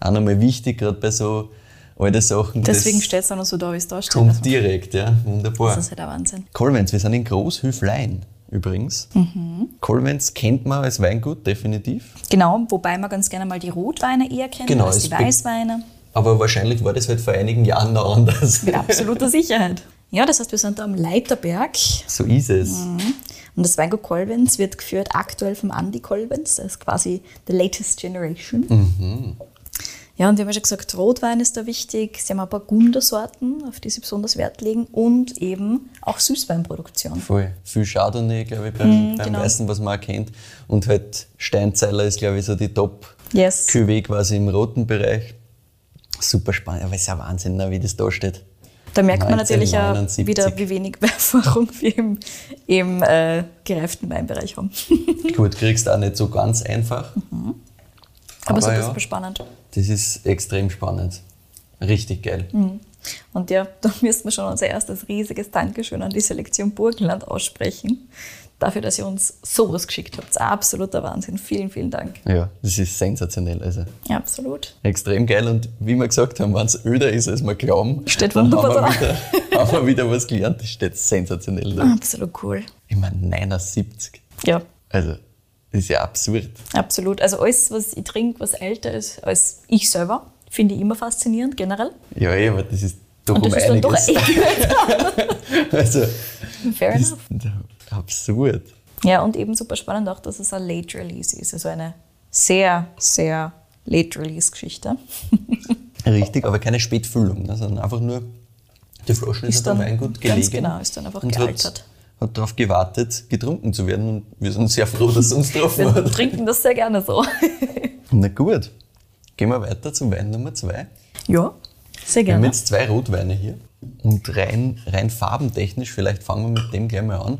[SPEAKER 2] Auch nochmal wichtig, gerade bei so alten Sachen.
[SPEAKER 3] Deswegen
[SPEAKER 2] das
[SPEAKER 3] steht es auch noch so da, wie es da steht.
[SPEAKER 2] kommt
[SPEAKER 3] Also,
[SPEAKER 2] direkt, ja. Wunderbar.
[SPEAKER 3] Das ist halt der Wahnsinn.
[SPEAKER 2] Kollwenz, wir sind in Großhöflein übrigens.
[SPEAKER 3] Mhm.
[SPEAKER 2] Kollwenz kennt man als Weingut, definitiv.
[SPEAKER 3] Genau, wobei man ganz gerne mal die Rotweine eher kennt
[SPEAKER 2] Genau,
[SPEAKER 3] als
[SPEAKER 2] es
[SPEAKER 3] die
[SPEAKER 2] be-
[SPEAKER 3] Weißweine. Genau.
[SPEAKER 2] Aber wahrscheinlich war das halt vor einigen Jahren noch anders.
[SPEAKER 3] Mit absoluter Sicherheit. Ja, das heißt, wir sind da am Leiterberg
[SPEAKER 2] So ist
[SPEAKER 3] Mhm.
[SPEAKER 2] es.
[SPEAKER 3] und das Weingut Kolbens wird geführt aktuell vom Andy Kolbens, das ist quasi the latest generation. Ja, und wir haben ja schon gesagt, Rotwein ist da wichtig, sie haben ein paar Gundersorten, auf die sie besonders Wert legen und eben auch Süßweinproduktion.
[SPEAKER 2] Voll. Viel Chardonnay, glaube ich, beim, beim
[SPEAKER 3] genau.
[SPEAKER 2] Weißen, was man auch kennt. Und halt Steinzeiler ist, glaube ich, so die Top.
[SPEAKER 3] Yes.
[SPEAKER 2] Cuvée quasi im roten Bereich. Super spannend, aber es ist ja Wahnsinn, ne, wie das da steht.
[SPEAKER 3] Da merkt man natürlich auch
[SPEAKER 2] 1979.
[SPEAKER 3] wieder, wie wenig Erfahrung wir im, im äh, gereiften Weinbereich haben.
[SPEAKER 2] Gut, kriegst du auch nicht so ganz einfach.
[SPEAKER 3] Aber,
[SPEAKER 2] Aber
[SPEAKER 3] super,
[SPEAKER 2] ja.
[SPEAKER 3] super spannend.
[SPEAKER 2] Das ist extrem spannend. Richtig geil.
[SPEAKER 3] Mhm. Und ja, da müssen wir schon unser erstes riesiges Dankeschön an die Selektion Burgenland aussprechen. Dafür, dass ihr uns sowas geschickt habt. Absoluter Wahnsinn. Vielen, vielen Dank.
[SPEAKER 2] Ja, das ist sensationell. Also
[SPEAKER 3] Absolut.
[SPEAKER 2] extrem geil. Und wie wir gesagt haben, wenn es öder ist, als wir glauben,
[SPEAKER 3] Steht
[SPEAKER 2] dann haben
[SPEAKER 3] wunderbar
[SPEAKER 2] wir, wieder, haben wir wieder was gelernt. Das steht sensationell
[SPEAKER 3] Mhm.
[SPEAKER 2] da.
[SPEAKER 3] Absolut cool.
[SPEAKER 2] Ich meine, 79.
[SPEAKER 3] Ja,
[SPEAKER 2] Also, das ist ja absurd.
[SPEAKER 3] absolut. Also alles, was ich trinke, was älter ist als ich selber, finde ich immer faszinierend, generell.
[SPEAKER 2] Ja, eh, aber das ist doch
[SPEAKER 3] Und
[SPEAKER 2] um
[SPEAKER 3] das ist dann doch
[SPEAKER 2] einiges.
[SPEAKER 3] echt
[SPEAKER 2] also,
[SPEAKER 3] Fair
[SPEAKER 2] das
[SPEAKER 3] enough.
[SPEAKER 2] ist absurd.
[SPEAKER 3] Ja, und eben super spannend auch, dass es ein Late Release ist. Also eine sehr, sehr Late Release Geschichte.
[SPEAKER 2] Richtig, aber keine Spätfüllung, ne, sondern einfach nur die Flaschen
[SPEAKER 3] Ist
[SPEAKER 2] ist am
[SPEAKER 3] dann-
[SPEAKER 2] Weingut gelegen.
[SPEAKER 3] ganz genau, ist dann einfach
[SPEAKER 2] und
[SPEAKER 3] gealtert.
[SPEAKER 2] Hat, hat darauf gewartet, getrunken zu werden und wir sind sehr froh, dass es uns getroffen
[SPEAKER 3] Wir
[SPEAKER 2] hat.
[SPEAKER 3] trinken das sehr gerne so.
[SPEAKER 2] Na gut, gehen wir weiter zum Wein Nummer zwei.
[SPEAKER 3] Ja, sehr
[SPEAKER 2] Wir haben
[SPEAKER 3] gerne.
[SPEAKER 2] jetzt zwei Rotweine hier und rein, rein farbentechnisch, vielleicht fangen wir mit dem gleich mal an.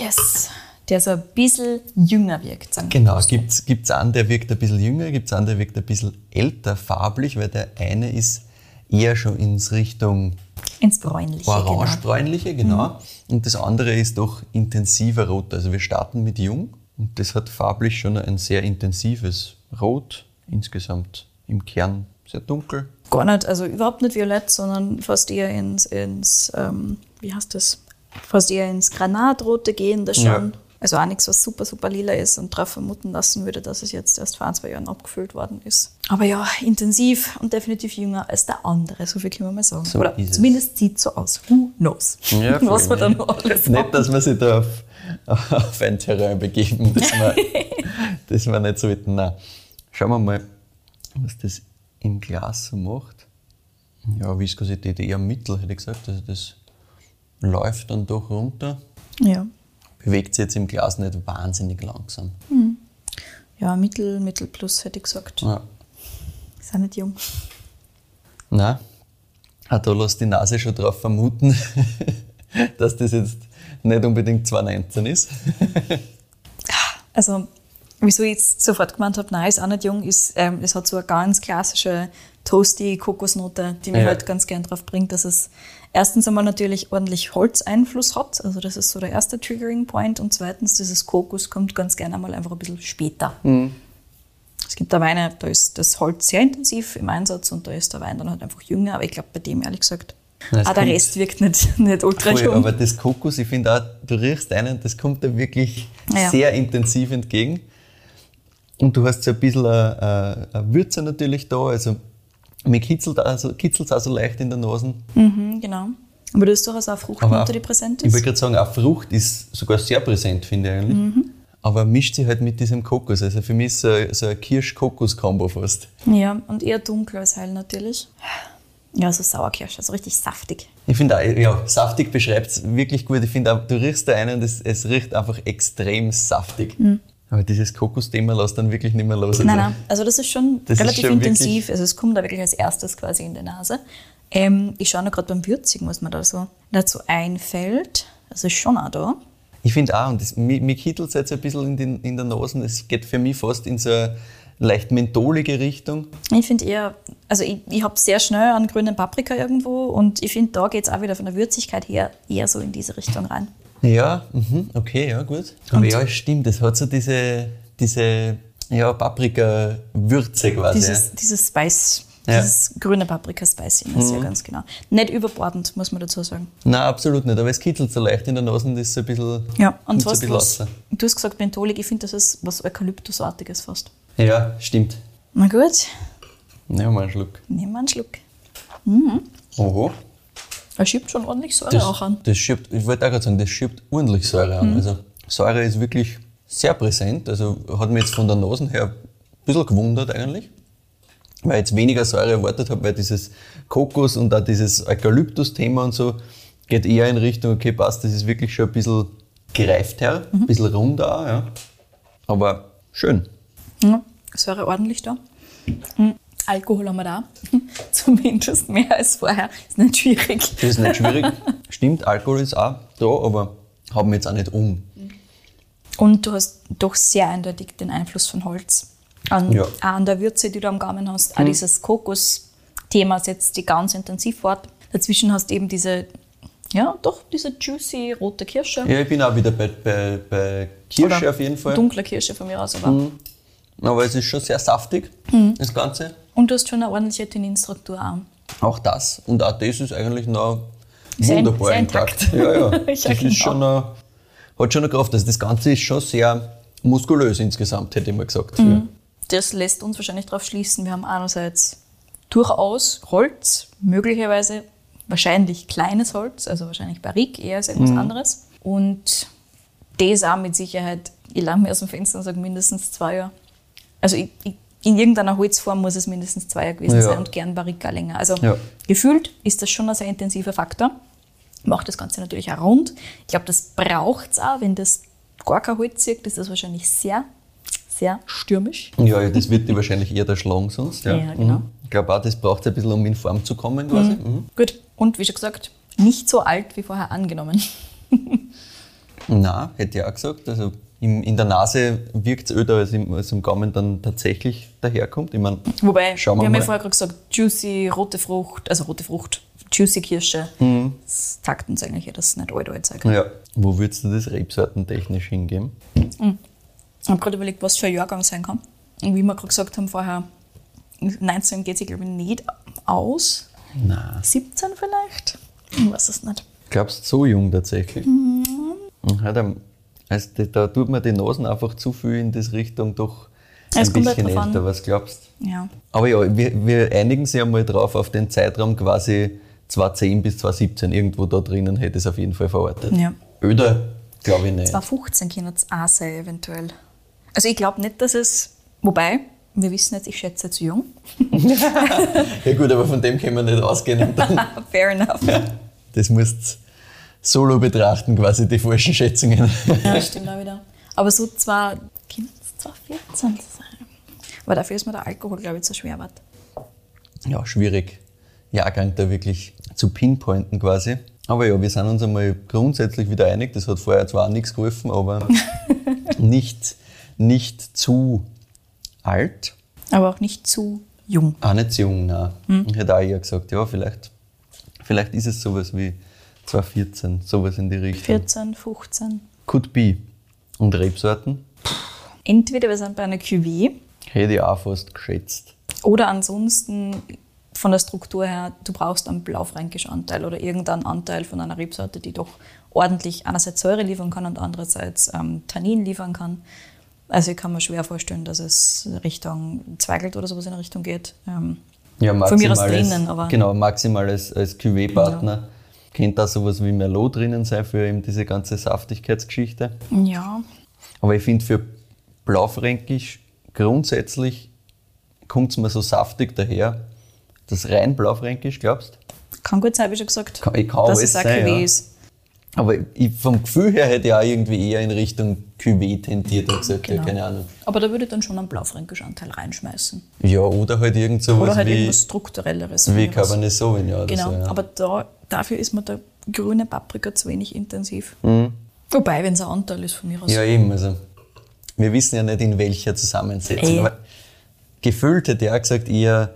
[SPEAKER 3] Yes. Der so ein bisschen jünger wirkt. Sagen. wir.
[SPEAKER 2] Genau, gibt's gibt's einen, der wirkt ein bisschen jünger, gibt's einen, der wirkt ein bisschen älter farblich, weil der eine ist eher schon ins Richtung
[SPEAKER 3] Ins Bräunliche. Genau.
[SPEAKER 2] orange-bräunliche, genau. Und das andere ist doch intensiver rot. Also wir starten mit jung und das hat farblich schon ein sehr intensives Rot insgesamt im Kern. Sehr dunkel.
[SPEAKER 3] Gar nicht, also überhaupt nicht violett, sondern fast eher ins, ins ähm, wie heißt das? Fast eher ins Granatrote gehen, das schon.
[SPEAKER 2] Ja.
[SPEAKER 3] Also auch nichts, was super, super lila ist und darauf vermuten lassen würde, dass es jetzt erst vor ein, zwei Jahren abgefüllt worden ist. Aber ja, intensiv und definitiv jünger als der andere, so viel können wir mal sagen.
[SPEAKER 2] So
[SPEAKER 3] Oder
[SPEAKER 2] ist es.
[SPEAKER 3] zumindest sieht so aus. Who knows?
[SPEAKER 2] voll,
[SPEAKER 3] was wir
[SPEAKER 2] ne?
[SPEAKER 3] dann noch alles
[SPEAKER 2] Nicht, dass wir sich da auf, auf ein Terrain begeben, das wir, das wir nicht sollten. Nein. Schauen wir mal, was das im Glas so macht. Ja, Viskosität eher mittel, hätte ich gesagt. Also das läuft dann doch runter.
[SPEAKER 3] Ja.
[SPEAKER 2] Bewegt sich jetzt im Glas nicht wahnsinnig langsam.
[SPEAKER 3] ja, Mittel, Mittel plus hätte ich gesagt.
[SPEAKER 2] Ja.
[SPEAKER 3] Ist auch nicht jung.
[SPEAKER 2] Nein, hat da lässt die Nase schon drauf vermuten, dass das jetzt nicht unbedingt 2019 ist.
[SPEAKER 3] Also, wieso ich jetzt sofort gemeint habe, nein, ist auch nicht jung, ist, ähm, es hat so eine ganz klassische toasty Kokosnote, die mich
[SPEAKER 2] Ja.
[SPEAKER 3] halt ganz gern drauf bringt, dass es erstens einmal natürlich ordentlich Holzeinfluss hat, also das ist so der erste Triggering Point und zweitens, dieses Kokos kommt ganz gern einmal einfach ein bisschen später.
[SPEAKER 2] Mhm.
[SPEAKER 3] Es gibt da Weine, da ist das Holz sehr intensiv im Einsatz und da ist der Wein dann halt einfach jünger, aber ich glaube bei dem ehrlich gesagt,
[SPEAKER 2] Na, es
[SPEAKER 3] ah, der
[SPEAKER 2] kommt-
[SPEAKER 3] Rest wirkt nicht, nicht ultra
[SPEAKER 2] Voll,
[SPEAKER 3] jung.
[SPEAKER 2] aber das Kokos, ich finde auch, du riechst einen, das kommt dir wirklich
[SPEAKER 3] Ja.
[SPEAKER 2] sehr intensiv entgegen. Und du hast so ein bisschen äh, eine, eine- eine Würze natürlich da, also mir kitzelt auch so, kitzelt's auch so leicht in der Nase.
[SPEAKER 3] Mhm, genau. Aber du hast durchaus auch
[SPEAKER 2] Aber
[SPEAKER 3] Fruchtnote, die präsent
[SPEAKER 2] ich
[SPEAKER 3] ist.
[SPEAKER 2] wollte gerade sagen, auch Frucht ist sogar sehr präsent, finde ich eigentlich.
[SPEAKER 3] Mhm.
[SPEAKER 2] Aber mischt sie halt mit diesem Kokos. Also für mich ist so, so ein Kirsch-Kokos-Kombo fast.
[SPEAKER 3] Ja, und eher dunkel als hell natürlich. Ja, so Sauerkirsche, so richtig saftig.
[SPEAKER 2] Ich finde auch, ja, saftig beschreibt es wirklich gut. Ich finde auch, du riechst da einen und es, es riecht einfach extrem saftig. Aber dieses Kokos-Thema lässt dann wirklich nicht mehr los.
[SPEAKER 3] Mhm. Nein,
[SPEAKER 2] Also,
[SPEAKER 3] nein, also das ist schon
[SPEAKER 2] Das ist
[SPEAKER 3] relativ
[SPEAKER 2] schon
[SPEAKER 3] intensiv. Also es kommt da wirklich als erstes quasi in die Nase. Ähm, ich schaue noch gerade beim Würzigen, was mir da so dazu einfällt. Das ist schon auch da.
[SPEAKER 2] Ich finde auch, und das, mich, mich kittelt es jetzt ein bisschen in, den, in der Nase. Es geht für mich fast in so eine leicht mentholige Richtung.
[SPEAKER 3] Ich finde eher, also ich, ich habe sehr schnell einen grünen Paprika irgendwo und ich finde, da geht es auch wieder von der Würzigkeit her eher so in diese Richtung rein.
[SPEAKER 2] Ja, mhm, okay, ja, gut. Aber ja, es stimmt, es hat so diese, diese ja, Paprika-Würze quasi.
[SPEAKER 3] Dieses, dieses Spice,
[SPEAKER 2] Ja. Mhm.
[SPEAKER 3] dieses grüne Paprika-Spiciness, ja ganz genau. Nicht überbordend, muss man dazu sagen.
[SPEAKER 2] Nein, absolut nicht, aber es kitzelt so leicht in der Nase und ist so ein bisschen.
[SPEAKER 3] Ja,
[SPEAKER 2] kommt
[SPEAKER 3] und
[SPEAKER 2] so ein
[SPEAKER 3] was,
[SPEAKER 2] bisschen
[SPEAKER 3] was,
[SPEAKER 2] raus.
[SPEAKER 3] du hast gesagt Mentholik, ich finde, das ist was Eukalyptusartiges fast.
[SPEAKER 2] Ja, stimmt.
[SPEAKER 3] Na gut,
[SPEAKER 2] Nehmen wir einen Schluck.
[SPEAKER 3] nehmen wir einen Schluck.
[SPEAKER 2] Oho.
[SPEAKER 3] Er schiebt schon ordentlich Säure
[SPEAKER 2] Das,
[SPEAKER 3] Ah, auch an. Mhm.
[SPEAKER 2] das schiebt, ich wollte auch gerade sagen, das schiebt ordentlich Säure an. Also Säure ist wirklich sehr präsent. Also hat mich jetzt von der Nase her ein bisschen gewundert eigentlich. Weil ich jetzt weniger Säure erwartet habe, weil dieses Kokos und auch dieses Eukalyptus-Thema und so geht eher in Richtung, okay, passt, das ist wirklich schon ein bisschen gereift her,
[SPEAKER 3] Mhm.
[SPEAKER 2] ein bisschen runder, auch, ja. Aber schön.
[SPEAKER 3] Ja, Säure ordentlich da. Mhm. Alkohol haben wir da. Zumindest mehr als vorher. Ist nicht schwierig.
[SPEAKER 2] Das ist nicht schwierig. Stimmt, Alkohol ist auch da, aber haben wir jetzt auch nicht um.
[SPEAKER 3] Und du hast doch sehr eindeutig den Einfluss von Holz. An,
[SPEAKER 2] Ja. Hm.
[SPEAKER 3] Auch an der Würze, die du am Gaumen hast, auch dieses Kokos-Thema setzt die ganz intensiv fort. Dazwischen hast du eben diese, ja, doch diese juicy rote Kirsche.
[SPEAKER 2] Ja, ich bin auch wieder bei, bei, bei Kirsche auf jeden Fall. Mhm.
[SPEAKER 3] Dunkle Kirsche von mir aus. Aber.
[SPEAKER 2] Aber es ist schon sehr saftig, das Ganze.
[SPEAKER 3] Und du hast schon eine ordentliche Tininstruktur auch.
[SPEAKER 2] Auch das und auch das ist eigentlich noch
[SPEAKER 3] Sehr in-
[SPEAKER 2] wunderbar
[SPEAKER 3] sehr
[SPEAKER 2] intakt.
[SPEAKER 3] intakt.
[SPEAKER 2] Ja, ja.
[SPEAKER 3] Ja,
[SPEAKER 2] Das ist
[SPEAKER 3] genau.
[SPEAKER 2] schon eine, hat schon eine Kraft. Also das Ganze ist schon sehr muskulös insgesamt, hätte ich mal gesagt.
[SPEAKER 3] Das lässt uns wahrscheinlich darauf schließen. Wir haben einerseits durchaus Holz, möglicherweise wahrscheinlich kleines Holz, also wahrscheinlich Barrique eher als
[SPEAKER 2] Mhm.
[SPEAKER 3] etwas anderes. Und das auch mit Sicherheit, ich lande mir aus dem Fenster und sage mindestens zwei Jahre. Also ich, ich, in irgendeiner Holzform muss es mindestens zwei Jahre gewesen
[SPEAKER 2] Ja.
[SPEAKER 3] sein und gern Barrique auch länger. Also
[SPEAKER 2] Ja.
[SPEAKER 3] gefühlt ist das schon ein sehr intensiver Faktor. Macht das Ganze natürlich auch rund. Ich glaube, das braucht es auch. Wenn das gar kein Holz zirkt, ist das wahrscheinlich sehr, sehr stürmisch.
[SPEAKER 2] Ja. ja, das wird dir wahrscheinlich eher der Schlag sonst. Ja,
[SPEAKER 3] Ja, genau.
[SPEAKER 2] Mhm. Ich glaube auch, das braucht es ein bisschen, um in Form zu kommen quasi. Mhm.
[SPEAKER 3] Gut. Und wie schon gesagt, nicht so alt wie vorher angenommen.
[SPEAKER 2] Na, hätte ich auch gesagt. Also im, in der Nase wirkt es öder, als im, als im Gaumen dann tatsächlich daherkommt. Ich mein,
[SPEAKER 3] Wobei,
[SPEAKER 2] Schauen wir
[SPEAKER 3] wir haben ja
[SPEAKER 2] mal.
[SPEAKER 3] vorher gerade gesagt, juicy, rote Frucht, also rote Frucht, juicy Kirsche.
[SPEAKER 2] Mhm.
[SPEAKER 3] Das takt uns eigentlich, dass es nicht alt alt sagt.
[SPEAKER 2] ja. Wo würdest du das rebsortentechnisch hingeben?
[SPEAKER 3] Ich habe gerade überlegt, was für ein Jahrgang sein kann. Und wie wir gerade gesagt haben vorher, 19 geht sich, glaube ich, nicht aus.
[SPEAKER 2] Na.
[SPEAKER 3] 17 vielleicht? Ich weiß es nicht.
[SPEAKER 2] Glaubst du, so jung tatsächlich? Mhm. Ja, da, also da, da tut man die Nasen einfach zu viel in das Richtung doch ein
[SPEAKER 3] Es kommt halt
[SPEAKER 2] bisschen
[SPEAKER 3] drauf an.
[SPEAKER 2] älter, was glaubst
[SPEAKER 3] Ja.
[SPEAKER 2] Aber ja, wir, wir einigen sich einmal drauf auf den Zeitraum quasi 2010 bis 2017. Irgendwo da drinnen hätte es auf jeden Fall verortet.
[SPEAKER 3] Ja.
[SPEAKER 2] Öder, glaube ich nicht.
[SPEAKER 3] 2015 können es auch sein, eventuell. Also ich glaube nicht, dass es. Wobei, wir wissen jetzt, ich schätze zu jung.
[SPEAKER 2] Ja gut, aber von dem können wir nicht ausgehen. Und dann,
[SPEAKER 3] Fair enough.
[SPEAKER 2] das musst solo betrachten, quasi die falschen Schätzungen.
[SPEAKER 3] Ja, stimmt auch wieder. Aber so zwar, Kind zwar 14 sein. Aber dafür ist mir der Alkohol, glaube ich, zu schwer wart.
[SPEAKER 2] ja, schwierig, Jahrgang da wirklich zu pinpointen quasi. Aber ja, wir sind uns einmal grundsätzlich wieder einig. Das hat vorher zwar auch nichts geholfen, aber nicht, nicht zu alt,
[SPEAKER 3] Aber auch nicht zu jung.
[SPEAKER 2] auch nicht zu jung. Nein. Ich hätte auch eher gesagt, ja, vielleicht, vielleicht ist es sowas wie 2014, sowas in die Richtung.
[SPEAKER 3] 14, 15.
[SPEAKER 2] Could be. Und Rebsorten
[SPEAKER 3] Entweder wir sind bei einer Cuvée
[SPEAKER 2] hätte ich auch fast geschätzt.
[SPEAKER 3] oder ansonsten von der Struktur her, du brauchst einen blaufränkischen Anteil oder irgendeinen Anteil von einer Rebsorte, die doch ordentlich einerseits Säure liefern kann und andererseits ähm, Tannin liefern kann. Also ich kann mir schwer vorstellen, dass es Richtung Zweigelt oder sowas in der Richtung geht. Ähm,
[SPEAKER 2] Ja,
[SPEAKER 3] Von mir aus
[SPEAKER 2] maximales-
[SPEAKER 3] drinnen, aber- Genau.
[SPEAKER 2] Genau, maximal als, als Cuvée-Partner. Könnte auch sowas wie Merlot drinnen sein für eben diese ganze Saftigkeitsgeschichte.
[SPEAKER 3] ja,
[SPEAKER 2] Aber ich finde für Blaufränkisch grundsätzlich kommt es mir so saftig daher. Das rein Blaufränkisch, glaubst
[SPEAKER 3] Kann gut sein, wie schon gesagt.
[SPEAKER 2] Kann- kann
[SPEAKER 3] dass
[SPEAKER 2] alles
[SPEAKER 3] es auch
[SPEAKER 2] sein,
[SPEAKER 3] Cuvée
[SPEAKER 2] ja.
[SPEAKER 3] ist.
[SPEAKER 2] Aber ich, vom Gefühl her hätte ich auch irgendwie eher in Richtung Cuvée tendiert und gesagt, ja,
[SPEAKER 3] Genau.
[SPEAKER 2] keine Ahnung.
[SPEAKER 3] Aber da würde ich dann schon einen blaufränkischen Anteil reinschmeißen.
[SPEAKER 2] Ja, oder halt irgend sowas
[SPEAKER 3] Oder halt
[SPEAKER 2] wie,
[SPEAKER 3] irgendwas Strukturelleres.
[SPEAKER 2] wie
[SPEAKER 3] von mir aus.
[SPEAKER 2] Cabernet Sauvignon oder
[SPEAKER 3] Genau,
[SPEAKER 2] so. Ja.
[SPEAKER 3] aber da, dafür ist mir der grüne Paprika zu wenig intensiv. Wobei, wenn es ein Anteil ist von mir aus.
[SPEAKER 2] Mhm. Ja, eben. Also, wir wissen ja nicht, in welcher Zusammensetzung.
[SPEAKER 3] Ey.
[SPEAKER 2] Aber gefühlt hätte ich auch gesagt, eher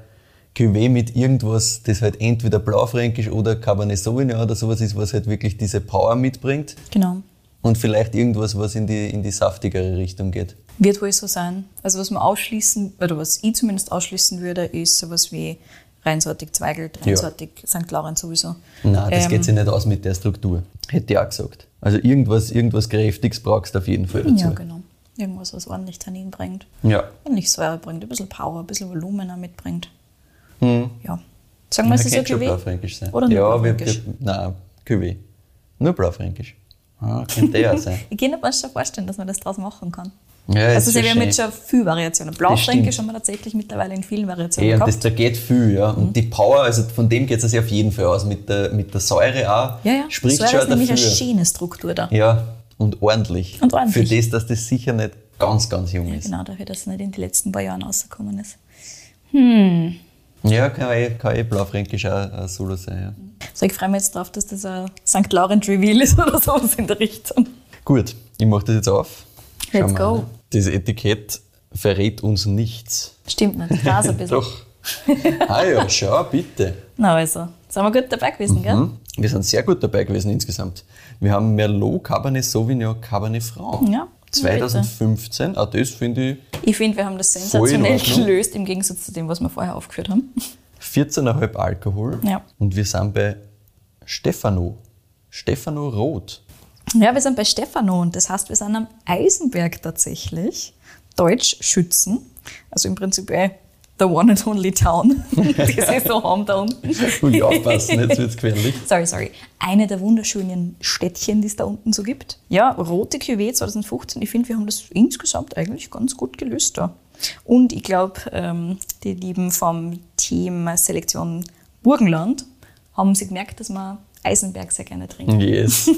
[SPEAKER 2] Cuvée mit irgendwas, das halt entweder Blaufränkisch oder Cabernet Sauvignon oder sowas ist, was halt wirklich diese Power mitbringt.
[SPEAKER 3] Genau.
[SPEAKER 2] Und vielleicht irgendwas, was in die, in die saftigere Richtung geht.
[SPEAKER 3] Wird wohl so sein. Also was man ausschließen, oder was ich zumindest ausschließen würde, ist sowas wie reinsortig Zweigelt, reinsortig St. Laurent sowieso.
[SPEAKER 2] Nein, das
[SPEAKER 3] Ähm,
[SPEAKER 2] geht sich nicht aus mit der Struktur. Hätte ich auch gesagt. Also irgendwas, irgendwas Kräftiges brauchst du auf jeden Fall dazu.
[SPEAKER 3] Ja, genau. Irgendwas, was ordentlich Tannin bringt.
[SPEAKER 2] ja.
[SPEAKER 3] ordentlich Säure bringt, ein bisschen Power, ein bisschen Volumen auch mitbringt. Ja. Sagen wir, es
[SPEAKER 2] Na,
[SPEAKER 3] ist ein
[SPEAKER 2] könnte schon
[SPEAKER 3] Cuvée.
[SPEAKER 2] Blaufränkisch sein.
[SPEAKER 3] Oder nur
[SPEAKER 2] Hm. ja, wir, wir,
[SPEAKER 3] Blaufränkisch.
[SPEAKER 2] nein, Cuvée. Nur Blaufränkisch. Ah, könnte ja sein.
[SPEAKER 3] Ich kann mir schon vorstellen, dass man das draus machen kann.
[SPEAKER 2] Ja,
[SPEAKER 3] also
[SPEAKER 2] ist
[SPEAKER 3] sie
[SPEAKER 2] schon
[SPEAKER 3] haben jetzt
[SPEAKER 2] schön.
[SPEAKER 3] schon viele Variationen. Blaufränkisch
[SPEAKER 2] stimmt.
[SPEAKER 3] haben wir tatsächlich mittlerweile in vielen Variationen
[SPEAKER 2] Eh, und das,
[SPEAKER 3] gehabt. Mhm.
[SPEAKER 2] da geht viel, ja. Und die Power, also von dem geht es ja auf jeden Fall aus, mit der, mit der Säure auch.
[SPEAKER 3] Ja, ja.
[SPEAKER 2] Spricht
[SPEAKER 3] so
[SPEAKER 2] schon
[SPEAKER 3] ist nämlich eine
[SPEAKER 2] dafür.
[SPEAKER 3] schöne Struktur da.
[SPEAKER 2] Ja, und ordentlich.
[SPEAKER 3] Und ordentlich.
[SPEAKER 2] Für das, dass das sicher nicht ganz, ganz jung ist.
[SPEAKER 3] Genau, dafür, dass es nicht in den letzten paar Jahren rausgekommen ist.
[SPEAKER 2] Ja, kann eh, kann eh Blaufränkisch auch ein Solo sein, ja.
[SPEAKER 3] So, ich freue mich jetzt drauf, dass das ein St. Laurent Reveal ist oder sowas in der Richtung.
[SPEAKER 2] Gut, ich mache das jetzt auf.
[SPEAKER 3] Let's
[SPEAKER 2] Schauen wir
[SPEAKER 3] go.
[SPEAKER 2] an. Das Etikett verrät uns nichts.
[SPEAKER 3] Stimmt nicht, ich weiß ein bisschen.
[SPEAKER 2] Doch. Ah ja, schau, bitte.
[SPEAKER 3] Na also, sind wir gut dabei gewesen, gell?
[SPEAKER 2] Hm? Wir sind sehr gut dabei gewesen insgesamt. Wir haben Merlot, Cabernet Sauvignon, Cabernet Franc.
[SPEAKER 3] Ja, bitte.
[SPEAKER 2] 2015, ah, das finde ich
[SPEAKER 3] Ich finde, wir haben das
[SPEAKER 2] Voll in
[SPEAKER 3] sensationell
[SPEAKER 2] Ordnung.
[SPEAKER 3] gelöst, im Gegensatz zu dem, was wir vorher aufgeführt haben.
[SPEAKER 2] 14,5 Alkohol.
[SPEAKER 3] Ja.
[SPEAKER 2] Und wir sind bei Stefano. Stefano Roth.
[SPEAKER 3] Ja, wir sind bei Stefano und das heißt, wir sind am Eisenberg tatsächlich. Deutsch Schützen. Also im Prinzip eh the one and only town, die sie so haben da unten.
[SPEAKER 2] Muss ich aufpassen, jetzt wird es gefährlich.
[SPEAKER 3] Sorry, sorry. Eine der wunderschönen Städtchen, die es da unten so gibt. Ja, rote Cuvée 2015. Ich finde, wir haben das insgesamt eigentlich ganz gut gelöst da. Und ich glaube, ähm, die Lieben vom Team Selektion Burgenland haben sie gemerkt, dass man Eisenberg sehr gerne trinkt.
[SPEAKER 2] Yes.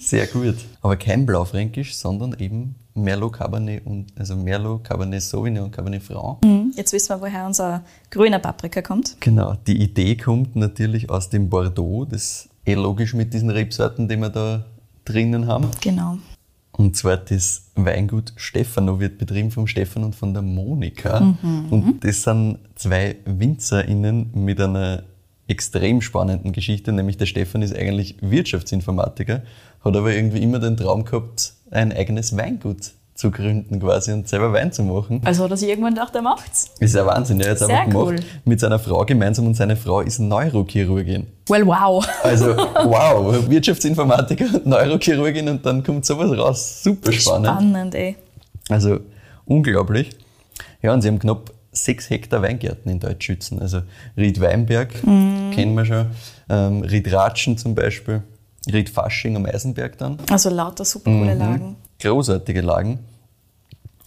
[SPEAKER 2] Sehr gut. Aber kein Blaufränkisch, sondern eben Merlot Cabernet und also Merlot Cabernet Sauvignon und Cabernet Franc.
[SPEAKER 3] Jetzt wissen wir, woher unser grüner Paprika kommt.
[SPEAKER 2] Genau. Die Idee kommt natürlich aus dem Bordeaux. Das eh logisch mit diesen Rebsorten, die wir da drinnen haben.
[SPEAKER 3] Genau.
[SPEAKER 2] Und zwar das Weingut Stefano wird betrieben vom Stefan und von der Monika.
[SPEAKER 3] Mhm.
[SPEAKER 2] Und das sind zwei WinzerInnen mit einer extrem spannenden Geschichte, nämlich der Stefan ist eigentlich Wirtschaftsinformatiker, hat aber irgendwie immer den Traum gehabt, ein eigenes Weingut zu gründen quasi und selber Wein zu machen.
[SPEAKER 3] Also hat er sich irgendwann gedacht, er macht's.
[SPEAKER 2] Das ist ja Wahnsinn, er hat es
[SPEAKER 3] Sehr
[SPEAKER 2] einfach gemacht
[SPEAKER 3] cool.
[SPEAKER 2] mit seiner Frau gemeinsam und seine Frau ist Neurochirurgin.
[SPEAKER 3] Well, wow.
[SPEAKER 2] Also wow, Wirtschaftsinformatiker und Neurochirurgin und dann kommt sowas raus. Super spannend.
[SPEAKER 3] Spannend, ey.
[SPEAKER 2] Also unglaublich. Ja, und sie haben knapp sechs Hektar Weingärten in Deutschschützen. Also Ried Weinberg kennen wir schon, ähm, Ried Ratschen zum Beispiel, Ried Fasching am Eisenberg dann.
[SPEAKER 3] Also lauter super coole Lagen.
[SPEAKER 2] Großartige Lagen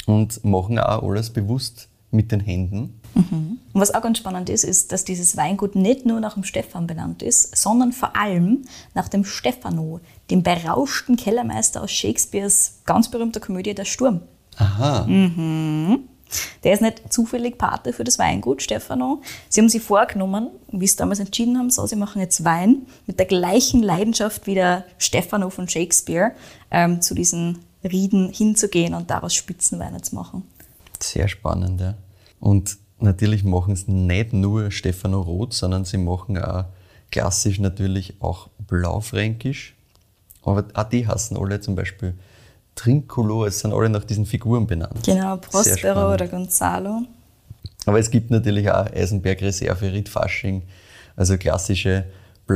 [SPEAKER 2] und machen auch alles bewusst mit den Händen.
[SPEAKER 3] Und was auch ganz spannend ist, ist, dass dieses Weingut nicht nur nach dem Stefan benannt ist, sondern vor allem nach dem Stefano, dem berauschten Kellermeister aus Shakespeares ganz berühmter Komödie Der Sturm.
[SPEAKER 2] Aha,
[SPEAKER 3] Der ist nicht zufällig Pate für das Weingut, Stefano. Sie haben sich vorgenommen, wie sie damals entschieden haben, so, sie machen jetzt Wein mit der gleichen Leidenschaft wie der Stefano von Shakespeare, ähm, zu diesen Rieden hinzugehen und daraus Spitzenweine zu machen.
[SPEAKER 2] sehr spannend, ja. Und natürlich machen es nicht nur Stefano Roth, sondern sie machen auch klassisch natürlich auch Blaufränkisch. Aber auch die hassen alle zum Beispiel Trincolor, es sind alle nach diesen Figuren benannt. Sehr
[SPEAKER 3] Genau, Prospero
[SPEAKER 2] spannend.
[SPEAKER 3] oder Gonzalo.
[SPEAKER 2] Aber es gibt natürlich auch Eisenberg Reserve, Riedfasching, also klassische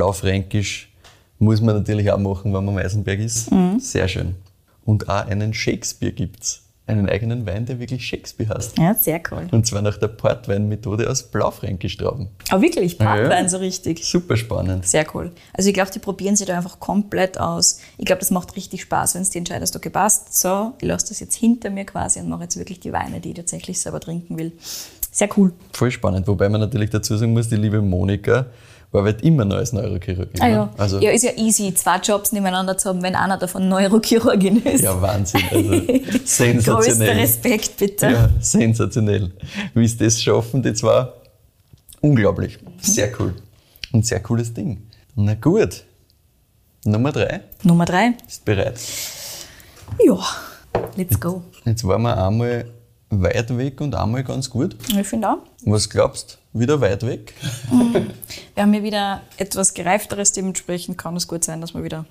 [SPEAKER 2] Blaufränkisch muss man natürlich auch machen, wenn man am Eisenberg ist.
[SPEAKER 3] Mhm.
[SPEAKER 2] Sehr schön. Und auch einen Shakespeare gibt's. Einen eigenen Wein, der wirklich Shakespeare heißt.
[SPEAKER 3] Ja, sehr cool.
[SPEAKER 2] Und zwar nach der Portweinmethode aus Blaufränkisch Trauben.
[SPEAKER 3] Aber wirklich,
[SPEAKER 2] Ah, Ja, ja.
[SPEAKER 3] Partwein so richtig.
[SPEAKER 2] Super spannend.
[SPEAKER 3] Sehr cool. Also ich glaube, die probieren sich da einfach komplett aus. Ich glaube, das macht richtig Spaß, wenn du entscheidest, okay, passt, so, ich lasse das jetzt hinter mir quasi und mache jetzt wirklich die Weine, die ich tatsächlich selber trinken will. Sehr cool.
[SPEAKER 2] Voll spannend. Wobei man natürlich dazu sagen muss, die liebe Monika arbeitet immer noch als Neurochirurgin.
[SPEAKER 3] Ah,
[SPEAKER 2] ne?
[SPEAKER 3] ja.
[SPEAKER 2] Also,
[SPEAKER 3] ja, ist ja easy, zwei Jobs nebeneinander zu haben, wenn einer davon Neurochirurgin ist.
[SPEAKER 2] ja, Wahnsinn. Also,
[SPEAKER 3] Größter
[SPEAKER 2] sensationell.
[SPEAKER 3] Respekt, bitte.
[SPEAKER 2] Ja, sensationell. Wie sie das schaffen, das war unglaublich. Sehr cool. Und sehr cooles Ding. Na gut. Nummer drei
[SPEAKER 3] Nummer drei.
[SPEAKER 2] ist bereit.
[SPEAKER 3] Ja, let's go.
[SPEAKER 2] Jetzt waren wir einmal weit weg und einmal ganz gut.
[SPEAKER 3] Ich finde auch.
[SPEAKER 2] Was glaubst Wieder weit weg?
[SPEAKER 3] Wir haben hier wieder etwas Gereifteres, dementsprechend kann es gut sein, dass wir wieder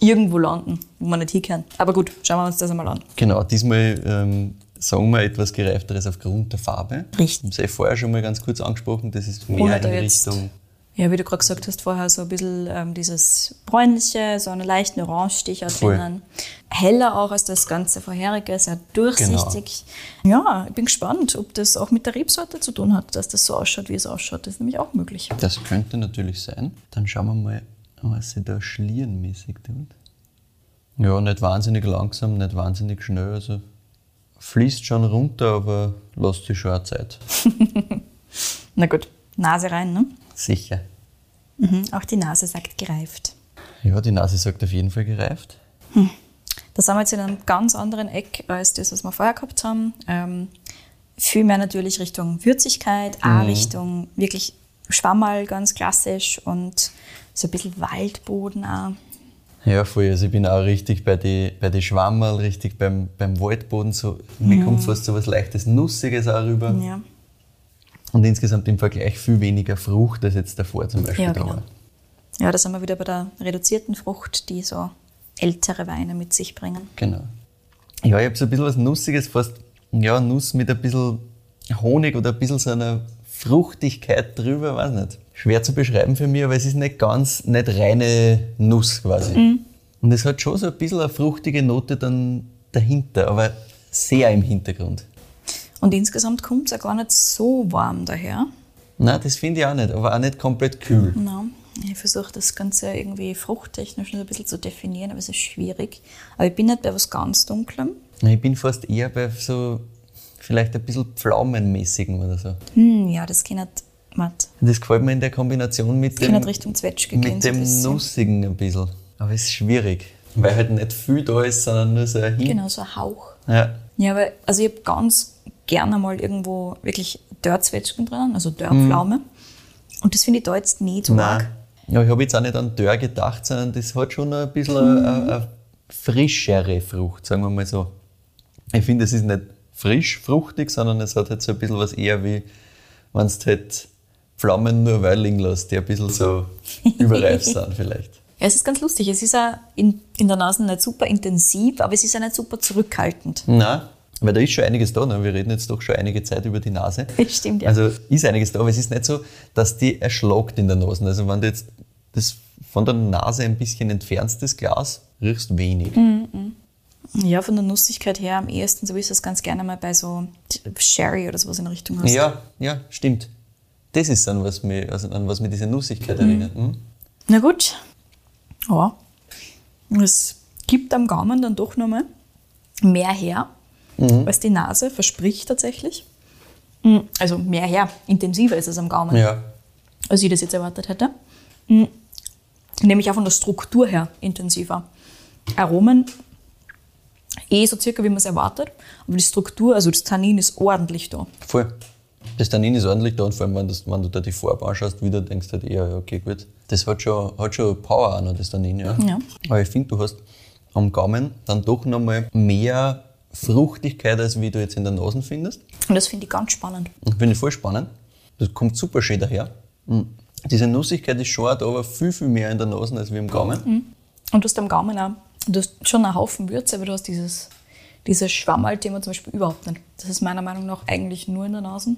[SPEAKER 3] irgendwo landen, wo wir nicht hinkehren. Aber gut, schauen wir uns das einmal an.
[SPEAKER 2] Genau, diesmal ähm, sagen wir etwas gereifteres aufgrund der Farbe.
[SPEAKER 3] Richtig.
[SPEAKER 2] Ich habe vorher schon mal ganz kurz angesprochen, das ist
[SPEAKER 3] Ohne
[SPEAKER 2] mehr
[SPEAKER 3] da
[SPEAKER 2] in
[SPEAKER 3] jetzt-
[SPEAKER 2] Richtung
[SPEAKER 3] Ja, wie du gerade gesagt hast, vorher so ein bisschen ähm, dieses bräunliche, so einen leichten Orangestich hat
[SPEAKER 2] Voll.
[SPEAKER 3] drinnen. Heller auch als das ganze vorherige, sehr durchsichtig.
[SPEAKER 2] Genau.
[SPEAKER 3] Ja, ich bin gespannt, ob das auch mit der Rebsorte zu tun hat, dass das so ausschaut, wie es ausschaut. Das ist nämlich auch möglich.
[SPEAKER 2] Das könnte natürlich sein. Dann schauen wir mal, was sie da schlierenmäßig tut. Ja, nicht wahnsinnig langsam, nicht wahnsinnig schnell. Also fließt schon runter, aber lasst sich schon auch Zeit.
[SPEAKER 3] Na gut, Nase rein, ne?
[SPEAKER 2] Sicher.
[SPEAKER 3] Mhm. Auch die Nase sagt gereift.
[SPEAKER 2] Ja, die Nase sagt auf jeden Fall gereift.
[SPEAKER 3] Da sind wir jetzt in einem ganz anderen Eck als das, was wir vorher gehabt haben. Ähm, viel mehr natürlich Richtung Würzigkeit, auch Richtung wirklich Schwammerl ganz klassisch und so ein bisschen Waldboden auch.
[SPEAKER 2] Ja, voll. Also ich bin auch richtig bei den bei die Schwammerl, richtig beim, beim Waldboden. So, mir kommt fast so was leichtes Nussiges auch rüber.
[SPEAKER 3] Mhm. Ja.
[SPEAKER 2] Und insgesamt im Vergleich viel weniger Frucht als jetzt davor zum Beispiel.
[SPEAKER 3] Ja,
[SPEAKER 2] da
[SPEAKER 3] genau.
[SPEAKER 2] war.
[SPEAKER 3] ja, da sind wir wieder bei der reduzierten Frucht, die so ältere Weine mit sich bringen.
[SPEAKER 2] Genau. Ja, ich habe so ein bisschen was Nussiges, fast ja, Nuss mit ein bisschen Honig oder ein bisschen so einer Fruchtigkeit drüber, weiß nicht. Schwer zu beschreiben für mich, aber es ist nicht ganz, nicht reine Nuss quasi.
[SPEAKER 3] Mhm.
[SPEAKER 2] Und es hat schon so ein bisschen eine fruchtige Note dann dahinter, aber sehr im Hintergrund.
[SPEAKER 3] Und insgesamt kommt es ja gar nicht so warm daher.
[SPEAKER 2] Nein, das finde ich auch nicht, aber auch nicht komplett kühl.
[SPEAKER 3] Genau. Ich versuche das Ganze irgendwie fruchttechnisch noch ein bisschen zu definieren, aber es ist schwierig. Aber ich bin nicht bei was ganz Dunklem.
[SPEAKER 2] Ich bin fast eher bei so vielleicht ein bisschen pflaumenmäßigen oder so.
[SPEAKER 3] Hm, ja, das geht matt.
[SPEAKER 2] Das gefällt mir in der Kombination mit
[SPEAKER 3] Ich bin
[SPEAKER 2] dem,
[SPEAKER 3] nicht Richtung Zwetschge gehen.
[SPEAKER 2] mit
[SPEAKER 3] so ein
[SPEAKER 2] dem
[SPEAKER 3] bisschen.
[SPEAKER 2] Nussigen ein bisschen. Aber es ist schwierig, weil halt nicht viel da ist, sondern nur so ein Hin.
[SPEAKER 3] Genau, so ein Hauch.
[SPEAKER 2] Ja.
[SPEAKER 3] Ja, aber also ich habe ganz gerne mal irgendwo wirklich Dörrzwetschgen drinnen, also Dörrpflaume. Und das finde ich da jetzt nicht so arg.
[SPEAKER 2] Mhm. Nein. Ja, ich habe jetzt auch nicht an Dörr gedacht, sondern das hat schon ein bisschen eine, eine, eine frischere Frucht, sagen wir mal so. Ich finde, es ist nicht frisch fruchtig, sondern es hat halt so ein bisschen was eher wie, wenn du halt Pflaumen nur weil liegen lässt, die ein bisschen so überreif sind vielleicht.
[SPEAKER 3] Ja, es ist ganz lustig. Es ist ja in, in der Nase nicht super intensiv, aber es ist ja nicht super zurückhaltend.
[SPEAKER 2] Nein, weil da ist schon einiges da. Ne? Wir reden jetzt doch schon einige Zeit über die Nase.
[SPEAKER 3] Das stimmt, ja.
[SPEAKER 2] Also ist einiges da, aber es ist nicht so, dass die erschlagt in der Nase. Also wenn du jetzt das von der Nase ein bisschen entfernst, das Glas, riechst wenig.
[SPEAKER 3] Ja, von der Nussigkeit her am ehesten, so ist das ganz gerne mal bei so Sherry oder sowas in der Richtung. hast.
[SPEAKER 2] Ja, ja, stimmt. Das ist an was mir, also an was mir diese Nussigkeit erinnert. Hm?
[SPEAKER 3] Na gut. Ja. Es gibt am Gaumen dann doch nochmal mehr her, was die Nase verspricht tatsächlich. Mhm, Also mehr her, intensiver ist es am Gaumen,
[SPEAKER 2] Ja.
[SPEAKER 3] als ich das jetzt erwartet hätte. Mhm. Nämlich auch von der Struktur her intensiver. Aromen eh so circa, wie man es erwartet, aber die Struktur, also das Tannin ist ordentlich da.
[SPEAKER 2] Voll. Das Tannin ist ordentlich da und vor allem, wenn, das, wenn du da die Farbe anschaust, wieder denkst du halt eher, ja, okay, gut. Das hat schon, hat schon Power an, das Tannin, ja.
[SPEAKER 3] Ja.
[SPEAKER 2] Aber ich finde, du hast am Gaumen dann doch nochmal mehr Fruchtigkeit, als wie du jetzt in der Nase findest.
[SPEAKER 3] Und das finde ich ganz spannend.
[SPEAKER 2] Das finde ich voll spannend. Das kommt super schön daher. Mhm. Diese Nussigkeit ist schon auch da, aber viel, viel mehr in der Nase als wie im Gaumen.
[SPEAKER 3] Und du hast am Gaumen auch, du hast schon einen Haufen Würze, aber du hast dieses, dieses Schwammerl-Thema zum Beispiel überhaupt nicht. Das ist meiner Meinung nach eigentlich nur in der Nase.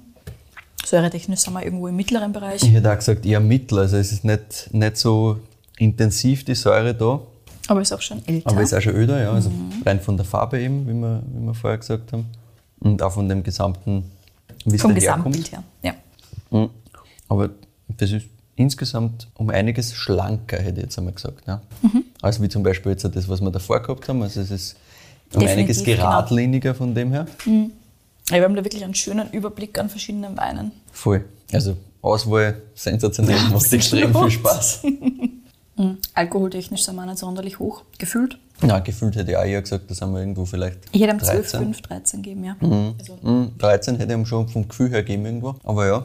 [SPEAKER 3] Säuretechnisch sind wir irgendwo im mittleren Bereich.
[SPEAKER 2] Ich hätte auch gesagt, eher mittel. Also es ist nicht, nicht so intensiv die Säure da,
[SPEAKER 3] Aber ist auch schon älter.
[SPEAKER 2] aber ist auch schon öder, ja. Also rein von der Farbe eben, wie wir, wie wir vorher gesagt haben. Und auch von dem gesamten, wie es
[SPEAKER 3] Vom
[SPEAKER 2] daherkommt.
[SPEAKER 3] Gesamtbild her. Ja.
[SPEAKER 2] Mhm. Aber das ist insgesamt um einiges schlanker, hätte ich jetzt einmal gesagt. Ja.
[SPEAKER 3] Mhm.
[SPEAKER 2] Als wie zum Beispiel jetzt das, was wir davor gehabt haben. Also es ist um
[SPEAKER 3] Definitiv,
[SPEAKER 2] einiges
[SPEAKER 3] genau. Mhm.
[SPEAKER 2] geradliniger von dem her.
[SPEAKER 3] Ja, wir haben da wirklich einen schönen Überblick an verschiedenen Weinen.
[SPEAKER 2] Voll. Also Auswahl sensationell, macht extrem viel
[SPEAKER 3] absolut.
[SPEAKER 2] Spaß.
[SPEAKER 3] Hm. Alkoholtechnisch sind wir nicht sonderlich hoch, gefühlt.
[SPEAKER 2] Na, gefühlt hätte ich auch eher gesagt, das haben wir irgendwo vielleicht.
[SPEAKER 3] Ich hätte ihm 12,
[SPEAKER 2] 13.
[SPEAKER 3] 5, 13 gegeben,
[SPEAKER 2] Mhm,
[SPEAKER 3] ja. Also,
[SPEAKER 2] Mm, 13 hätte ich ihm schon vom Gefühl her gegeben irgendwo. Aber ja,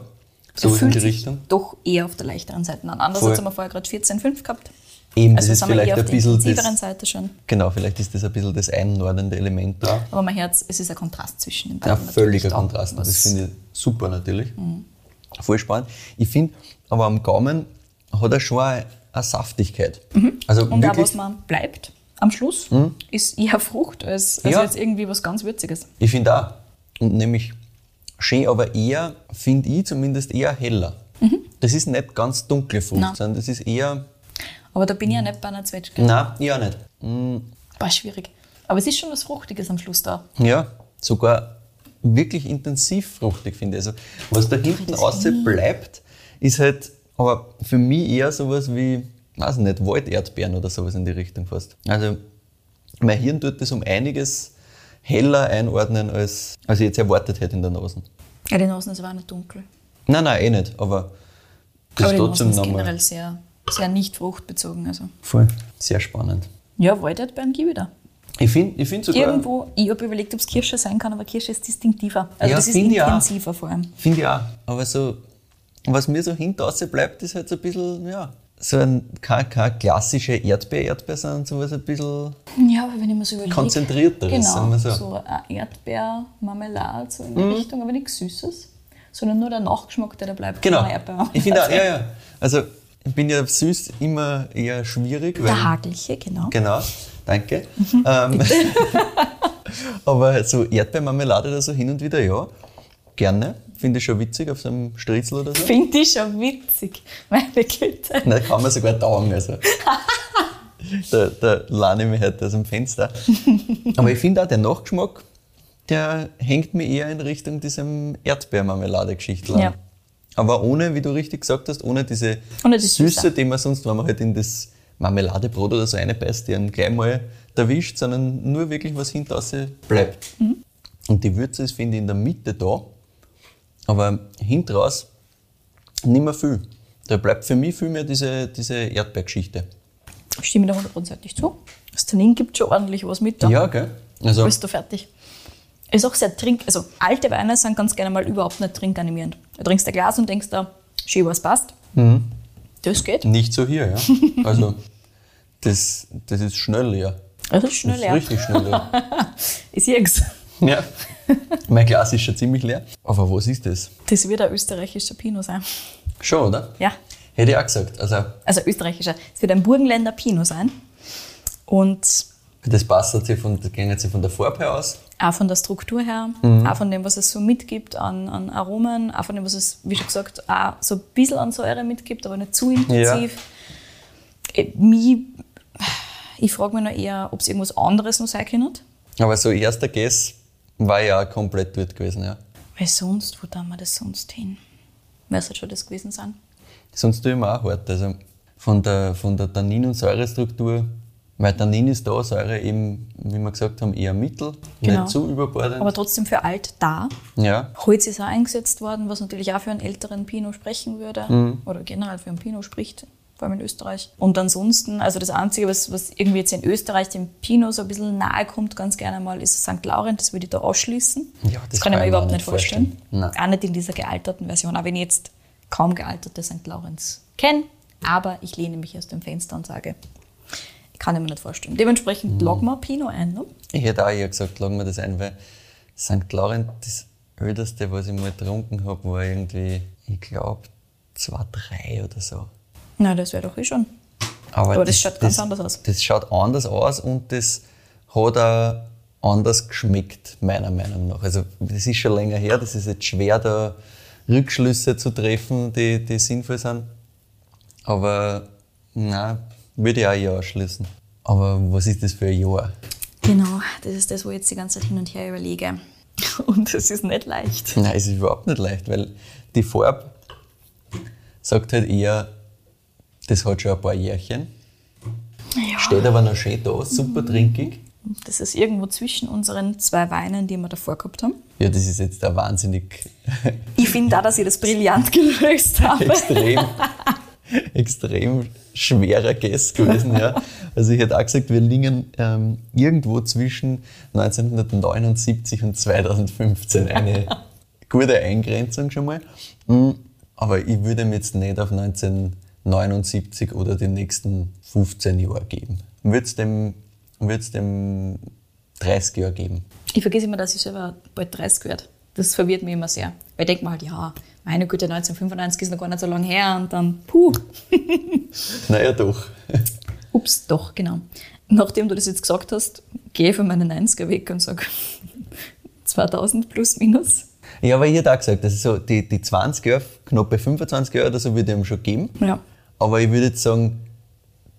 [SPEAKER 2] so ist
[SPEAKER 3] er
[SPEAKER 2] in
[SPEAKER 3] fühlt
[SPEAKER 2] die
[SPEAKER 3] sich Also
[SPEAKER 2] Richtung.
[SPEAKER 3] doch eher auf der leichteren Seite an. Anders
[SPEAKER 2] Voll.
[SPEAKER 3] als haben wir vorher gerade 14, 5 gehabt.
[SPEAKER 2] Eben,
[SPEAKER 3] Also
[SPEAKER 2] das ist
[SPEAKER 3] sind wir
[SPEAKER 2] vielleicht
[SPEAKER 3] eher
[SPEAKER 2] ein
[SPEAKER 3] auf der
[SPEAKER 2] bisschen
[SPEAKER 3] intensiveren
[SPEAKER 2] das,
[SPEAKER 3] Seite schon.
[SPEAKER 2] Genau, vielleicht ist das ein bisschen das einnordende Element da.
[SPEAKER 3] Aber mein Herz, es ist ein Kontrast zwischen den beiden.
[SPEAKER 2] Ein
[SPEAKER 3] natürlich Mhm.
[SPEAKER 2] völliger
[SPEAKER 3] da,
[SPEAKER 2] Kontrast. Das
[SPEAKER 3] was-
[SPEAKER 2] finde ich super natürlich. Voll spannend. Ich finde, aber am Gaumen hat er schon eine, eine Saftigkeit. Also
[SPEAKER 3] Mhm. Und da,
[SPEAKER 2] wirklich, Hm?
[SPEAKER 3] was man bleibt am Schluss, ist eher Frucht als, als
[SPEAKER 2] Ja.
[SPEAKER 3] jetzt irgendwie was ganz Würziges.
[SPEAKER 2] ich finde auch. Und nämlich schön, aber eher, finde ich zumindest eher heller. Das ist nicht ganz dunkle Frucht,
[SPEAKER 3] Nein.
[SPEAKER 2] sondern das ist eher.
[SPEAKER 3] Aber da bin ich ja nicht bei einer Zwetschge.
[SPEAKER 2] Nein, ja nicht.
[SPEAKER 3] War schwierig. Aber es ist schon was Fruchtiges am Schluss da.
[SPEAKER 2] Ja, sogar wirklich intensiv fruchtig finde ich. Also, was da hinten raus bleibt, ist halt, aber für mich eher sowas wie, weiß nicht, Walderdbeeren oder sowas in die Richtung fast. Also, mein Hirn tut das um einiges heller einordnen, als, als ich jetzt erwartet hätte in der Nase.
[SPEAKER 3] Ja, die Nasen waren nicht dunkel.
[SPEAKER 2] Nein, nein, eh nicht, aber das
[SPEAKER 3] Aber
[SPEAKER 2] ist
[SPEAKER 3] die Nasen
[SPEAKER 2] trotzdem
[SPEAKER 3] ist
[SPEAKER 2] nochmal
[SPEAKER 3] generell sehr, sehr nicht fruchtbezogen. Also.
[SPEAKER 2] voll sehr spannend.
[SPEAKER 3] Ja, halt Walderdbeeren gebe ich da.
[SPEAKER 2] Ich finde ich find sogar,
[SPEAKER 3] Irgendwo, ich habe überlegt, ob es Kirsche sein kann, aber Kirsche ist distinktiver. Also
[SPEAKER 2] Ja,
[SPEAKER 3] das ist
[SPEAKER 2] finde ich auch.
[SPEAKER 3] intensiver vor allem.
[SPEAKER 2] Finde ich auch. Aber so, was mir so hinten raus bleibt, ist halt so ein bisschen, ja, so ein, keine, keine klassische Erdbeer-Erdbeer, sondern sowas ein bisschen.
[SPEAKER 3] Ja, aber wenn ich mir so überlege.
[SPEAKER 2] Konzentrierteres,
[SPEAKER 3] genau,
[SPEAKER 2] sagen wir so. Mhm.
[SPEAKER 3] eine Erdbeermarmelade, so in die Richtung, aber nichts Süßes, sondern nur der Nachgeschmack, der da bleibt.
[SPEAKER 2] Genau.
[SPEAKER 3] von einer Erdbeermarmelade.
[SPEAKER 2] Ich finde auch, ja, ja. Also, ich bin ja süß immer eher schwierig, weil.
[SPEAKER 3] Der Mhm. Hageliche, genau.
[SPEAKER 2] Genau, danke. ähm, aber so Erdbeermarmelade oder so hin und wieder, ja, gerne. Finde ich schon witzig auf so einem Stritzel oder so.
[SPEAKER 3] Finde ich schon witzig, meine Güte.
[SPEAKER 2] Na, kann man sogar taugen. Also. da, da lerne ich mich halt aus dem Fenster. Aber ich finde auch, der Nachgeschmack, der hängt mir eher in Richtung diesem Erdbeermarmelade-Geschichtler.
[SPEAKER 3] Ja.
[SPEAKER 2] Aber ohne, wie du richtig gesagt hast, ohne diese
[SPEAKER 3] Ohne die
[SPEAKER 2] Süße,
[SPEAKER 3] Süße.
[SPEAKER 2] die man sonst, wenn man halt in das Marmeladebrot oder so reinbeißt, die einen gleich mal erwischt, sondern nur wirklich was hinten raus bleibt.
[SPEAKER 3] Mhm.
[SPEAKER 2] Und die Würze ist, finde ich, in der Mitte da, aber hinten raus nicht mehr viel. Da bleibt für mich viel mehr diese, diese Erdbeergeschichte.
[SPEAKER 3] Stimme da hundertprozentig zu. Das Tannin gibt schon ordentlich was mit. Da.
[SPEAKER 2] Ja, gell? Also,
[SPEAKER 3] Bist du fertig? Ist auch sehr trink. Also alte Weine sind ganz gerne mal überhaupt nicht trinkanimierend. Du trinkst ein Glas und denkst da, schön, was passt.
[SPEAKER 2] Mhm.
[SPEAKER 3] Das geht.
[SPEAKER 2] nicht so hier, ja. Also, das, das ist schnell leer.
[SPEAKER 3] Das ist Also, schnell
[SPEAKER 2] Das ist
[SPEAKER 3] leer.
[SPEAKER 2] richtig schnell leer.
[SPEAKER 3] Ich seh's.
[SPEAKER 2] ja. Mein Glas ist schon ziemlich leer. Aber was ist das?
[SPEAKER 3] Das wird ein österreichischer Pinot sein.
[SPEAKER 2] Schon, oder?
[SPEAKER 3] Ja.
[SPEAKER 2] Hätte ich auch gesagt. Also,
[SPEAKER 3] Also österreichischer. Es wird ein Burgenländer Pinot sein. Und
[SPEAKER 2] das passt jetzt hier von, das ging jetzt hier von der Farbe aus.
[SPEAKER 3] auch von der Struktur her, auch von dem, was es so mitgibt an, an Aromen, auch von dem, was es, wie schon gesagt, auch so ein bisschen an Säure mitgibt, aber nicht zu intensiv. Ich, mich, ich frage mich noch eher, ob es irgendwas anderes noch sein könnte.
[SPEAKER 2] Aber so erster Guess war ja auch komplett dort gewesen, ja.
[SPEAKER 3] Weil sonst, wo tun wir das sonst hin? Wer soll schon das gewesen sein?
[SPEAKER 2] Sonst tue ich mir auch hart. Also von der, von der Tannin- und Säurestruktur, weil Tannin ist da, Säure eben, wie wir gesagt haben, eher mittel,
[SPEAKER 3] Genau.
[SPEAKER 2] nicht zu überbordend.
[SPEAKER 3] Aber trotzdem für alt da.
[SPEAKER 2] ja,
[SPEAKER 3] Holz ist auch eingesetzt worden, was natürlich auch für einen älteren Pinot sprechen würde oder generell für einen Pinot spricht, vor allem in Österreich. Und ansonsten, also das Einzige, was, was irgendwie jetzt in Österreich dem Pinot so ein bisschen nahe kommt, ganz gerne mal, ist St. Laurent, das würde ich da ausschließen.
[SPEAKER 2] Ja,
[SPEAKER 3] das,
[SPEAKER 2] das
[SPEAKER 3] kann ich
[SPEAKER 2] kann
[SPEAKER 3] mir
[SPEAKER 2] ich mir auch
[SPEAKER 3] überhaupt nicht
[SPEAKER 2] nicht
[SPEAKER 3] vorstellen.
[SPEAKER 2] vorstellen.
[SPEAKER 3] Auch nicht in dieser gealterten Version, auch wenn ich jetzt kaum gealterte St. Laurents kenne, aber ich lehne mich aus dem Fenster und sage, kann ich mir nicht vorstellen. Dementsprechend loggen wir Pinot ein, ne?
[SPEAKER 2] ich hätte auch eher gesagt, lagen wir das ein, weil St. Laurent, das älteste, was ich mal getrunken habe, war irgendwie, ich glaube, 2,3 oder so.
[SPEAKER 3] Na, das wäre doch eh schon. Aber das schaut ganz anders aus.
[SPEAKER 2] Das schaut anders aus und das hat auch anders geschmeckt, meiner Meinung nach. Also das ist schon länger her, das ist jetzt schwer, da Rückschlüsse zu treffen, die, die sinnvoll sind. Aber nein, würde ich auch ja ausschließen. Aber was ist das für ein Jahr?
[SPEAKER 3] Genau, das ist das, wo ich jetzt die ganze Zeit hin und her überlege. Und es ist nicht leicht.
[SPEAKER 2] Nein, es ist überhaupt nicht leicht, weil die Farbe sagt halt eher, das hat schon ein paar Jährchen,
[SPEAKER 3] Ja.
[SPEAKER 2] steht aber noch schön da, super trinkig.
[SPEAKER 3] Das ist irgendwo zwischen unseren zwei Weinen, die wir davor gehabt haben.
[SPEAKER 2] Ja, das ist jetzt ein wahnsinnig
[SPEAKER 3] Ich finde da, dass ich das brillant gelöst habe.
[SPEAKER 2] extrem, extrem schwerer Guess gewesen. Ja. Also ich hätte auch gesagt, wir liegen ähm, irgendwo zwischen 1979 und 2015. Eine gute Eingrenzung schon mal. Mm, Aber ich würde mir jetzt nicht auf 1979 oder die nächsten 15 Jahre geben. Würde es dem, würd's dem 30 Jahre geben.
[SPEAKER 3] Ich vergesse immer, dass ich selber bald 30 werde. Das verwirrt mich immer sehr. Weil ich denke mir halt, ja, meine Güte, 1995 ist noch gar nicht so lange her und dann, puh,
[SPEAKER 2] Naja, doch.
[SPEAKER 3] ups, doch, genau. Nachdem du das jetzt gesagt hast, gehe ich von meinen 90er weg und sage 2000 plus minus.
[SPEAKER 2] Ja, aber ich hätte auch gesagt, das ist so, die, die 20 Jahre, knappe 25 Jahre oder so würde ich ihm schon geben.
[SPEAKER 3] Ja.
[SPEAKER 2] Aber ich würde jetzt sagen,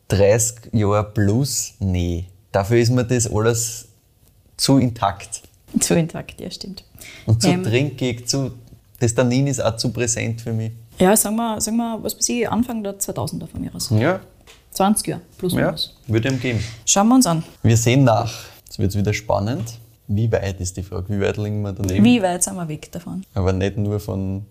[SPEAKER 2] 30 Jahre plus, nee. Dafür ist mir das alles zu intakt.
[SPEAKER 3] Zu intakt, ja, stimmt.
[SPEAKER 2] Und zu
[SPEAKER 3] Ähm.
[SPEAKER 2] trinkig, zu, das Tannin ist auch zu präsent für mich.
[SPEAKER 3] Ja, sagen wir, sagen wir was weiß ich, Anfang der 2000er von mir aus.
[SPEAKER 2] Ja,
[SPEAKER 3] 20 Jahre, plus
[SPEAKER 2] Hm. ja.
[SPEAKER 3] minus.
[SPEAKER 2] Würde ihm geben.
[SPEAKER 3] Schauen wir uns an.
[SPEAKER 2] Wir sehen nach. Jetzt wird es wieder spannend. Wie weit ist die Frage? Wie weit liegen wir daneben?
[SPEAKER 3] Wie weit sind wir weg davon?
[SPEAKER 2] Aber nicht nur von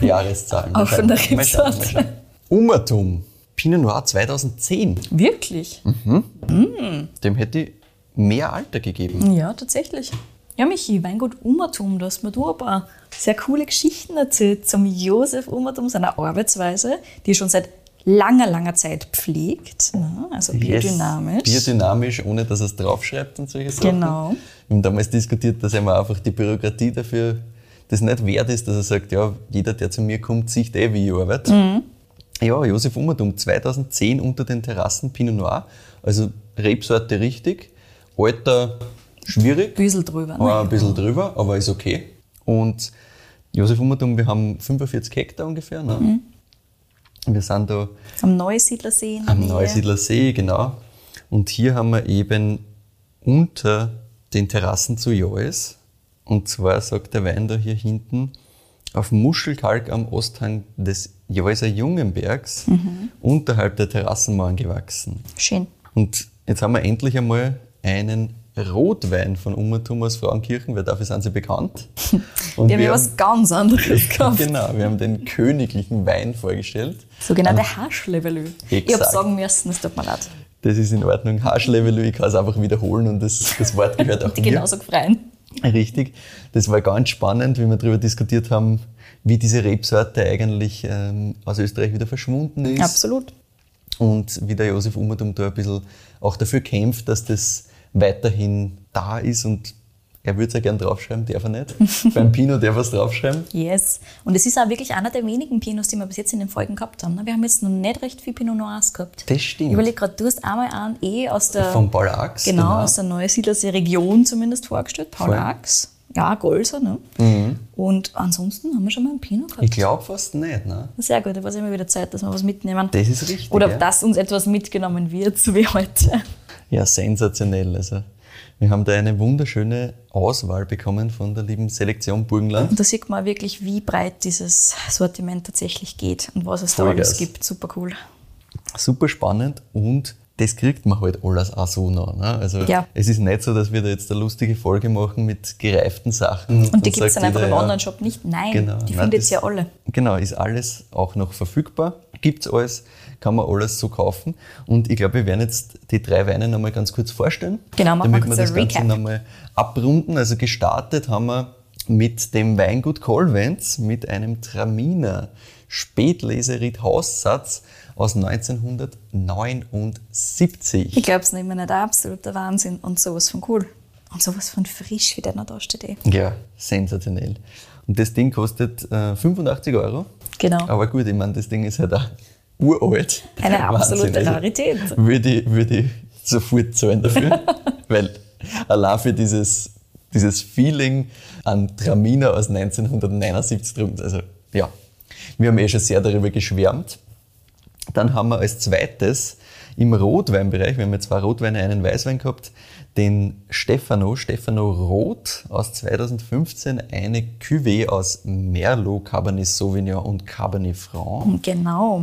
[SPEAKER 2] Jahreszahlen.
[SPEAKER 3] Auch von der
[SPEAKER 2] Mal schauen, mal
[SPEAKER 3] Rebsorte.
[SPEAKER 2] schauen. Umertum. Pinot Noir 2010.
[SPEAKER 3] Wirklich?
[SPEAKER 2] Mhm. Dem hätte ich mehr Alter gegeben.
[SPEAKER 3] Ja, tatsächlich. Ja, Michi, Weingut Umertum, da hast mir du ein paar sehr coole Geschichten erzählt zum Josef Umertum, seiner Arbeitsweise, die er schon seit langer, langer Zeit pflegt. ne? also biodynamisch.
[SPEAKER 2] Yes, biodynamisch, ohne dass er es draufschreibt und solche Sachen.
[SPEAKER 3] Genau.
[SPEAKER 2] Wir haben damals diskutiert, dass einmal einfach die Bürokratie dafür das nicht wert ist, dass er sagt, ja, jeder, der zu mir kommt, sieht eh, wie ich arbeite.
[SPEAKER 3] Mhm.
[SPEAKER 2] Ja, Josef Umertum, 2010 unter den Terrassen Pinot Noir, also Rebsorte richtig, Alter schwierig.
[SPEAKER 3] Bisschen drüber, ne?
[SPEAKER 2] War ein bisschen drüber, aber ist okay. Und Josef Umertum, wir haben 45 Hektar ungefähr. Ne?
[SPEAKER 3] Mhm.
[SPEAKER 2] Wir sind da
[SPEAKER 3] Am Neusiedlersee. in der
[SPEAKER 2] am
[SPEAKER 3] Nähe.
[SPEAKER 2] Neusiedler See, genau. Und hier haben wir eben unter den Terrassen zu Joes, und zwar sagt der Wein da hier hinten, auf Muschelkalk am Osthang des Joeser Jungenbergs
[SPEAKER 3] Mhm.
[SPEAKER 2] unterhalb der Terrassenmauern gewachsen.
[SPEAKER 3] Schön.
[SPEAKER 2] Und jetzt haben wir endlich einmal einen Rotwein von Umertum aus Frauenkirchen, weil dafür sind sie bekannt. Und
[SPEAKER 3] Wir haben ja was ganz anderes gehabt.
[SPEAKER 2] Genau, wir haben den königlichen Wein vorgestellt.
[SPEAKER 3] Sogenannte Haarschlevelü. Ich habe
[SPEAKER 2] Exakt.
[SPEAKER 3] sagen müssen, es tut mir leid.
[SPEAKER 2] Das ist in Ordnung. Haarschlevel, ich kann es einfach wiederholen und das, das Wort gehört auch
[SPEAKER 3] Die
[SPEAKER 2] mir.
[SPEAKER 3] genauso gefreien.
[SPEAKER 2] Richtig. Das war ganz spannend, wie wir darüber diskutiert haben, wie diese Rebsorte eigentlich ähm, aus Österreich wieder verschwunden ist.
[SPEAKER 3] Absolut.
[SPEAKER 2] Und wie der Josef Umertum da ein bisschen auch dafür kämpft, dass das weiterhin da ist und er würde es ja gern draufschreiben, darf er nicht. Beim Pino darf er es draufschreiben.
[SPEAKER 3] Yes. Und es ist auch wirklich einer der wenigen Pinots, die wir bis jetzt in den Folgen gehabt haben. ne? Wir haben jetzt noch nicht recht viel Pinot Noirs gehabt.
[SPEAKER 2] Das stimmt.
[SPEAKER 3] Ich überleg gerade, du hast einmal einen eh aus der,
[SPEAKER 2] Von Paul Ax,
[SPEAKER 3] genau,
[SPEAKER 2] genau.
[SPEAKER 3] aus der Neusiedlersee Region zumindest vorgestellt, Paul
[SPEAKER 2] Voll. Mhm.
[SPEAKER 3] Ax. Ja, Golser, ne? Und ansonsten haben wir schon mal einen Pinot gehabt.
[SPEAKER 2] Ich glaube fast nicht, ne?
[SPEAKER 3] Sehr gut, da war es immer wieder Zeit, dass wir was mitnehmen.
[SPEAKER 2] Das ist richtig.
[SPEAKER 3] Oder
[SPEAKER 2] ja.
[SPEAKER 3] dass uns etwas mitgenommen wird, so wie heute.
[SPEAKER 2] Ja, sensationell. Also, wir haben da eine wunderschöne Auswahl bekommen von der lieben Selektion Burgenland.
[SPEAKER 3] Und da sieht man wirklich, wie breit dieses Sortiment tatsächlich geht und was es da
[SPEAKER 2] Vollgas.
[SPEAKER 3] alles gibt. Super cool.
[SPEAKER 2] Super spannend und das kriegt man halt alles auch so noch. Ne? Also,
[SPEAKER 3] Ja.
[SPEAKER 2] es ist nicht so, dass wir da jetzt eine lustige Folge machen mit gereiften Sachen.
[SPEAKER 3] Und die gibt es
[SPEAKER 2] sagt
[SPEAKER 3] dann einfach
[SPEAKER 2] jeder,
[SPEAKER 3] im
[SPEAKER 2] ja,
[SPEAKER 3] Online-Shop nicht. Nein,
[SPEAKER 2] Genau,
[SPEAKER 3] die
[SPEAKER 2] nein,
[SPEAKER 3] findet
[SPEAKER 2] das-
[SPEAKER 3] ihr alle.
[SPEAKER 2] Genau, ist alles auch noch verfügbar. Gibt's alles, kann man alles so kaufen. Und ich glaube, wir werden jetzt die drei Weine nochmal ganz kurz vorstellen.
[SPEAKER 3] Genau, machen wir
[SPEAKER 2] damit wir
[SPEAKER 3] kurz
[SPEAKER 2] das
[SPEAKER 3] ein
[SPEAKER 2] Ganze
[SPEAKER 3] Recap.
[SPEAKER 2] nochmal abrunden. Also gestartet haben wir mit dem Weingut Colvenz mit einem Traminer Spätleserit Haussatz aus 1979.
[SPEAKER 3] Ich glaube es nicht mehr, nicht ein absoluter Wahnsinn und sowas von cool. Und sowas von frisch, wie der noch da steht. eh.
[SPEAKER 2] Ja, sensationell. Und das Ding kostet äh, 85 Euro.
[SPEAKER 3] Genau.
[SPEAKER 2] Aber gut, ich meine, das Ding ist halt auch uralt.
[SPEAKER 3] Eine absolute
[SPEAKER 2] Wahnsinn, also
[SPEAKER 3] Rarität.
[SPEAKER 2] Würde ich, würde ich sofort zahlen dafür. weil allein für dieses, dieses Feeling an Traminer aus 1979 drum, also ja, wir haben eh schon sehr darüber geschwärmt. Dann haben wir als zweites im Rotweinbereich, wir haben ja zwei Rotweine, einen Weißwein gehabt, den Stefano, Stefano Rot aus 2015, eine Cuvée aus Merlot, Cabernet Sauvignon und Cabernet Franc.
[SPEAKER 3] Genau.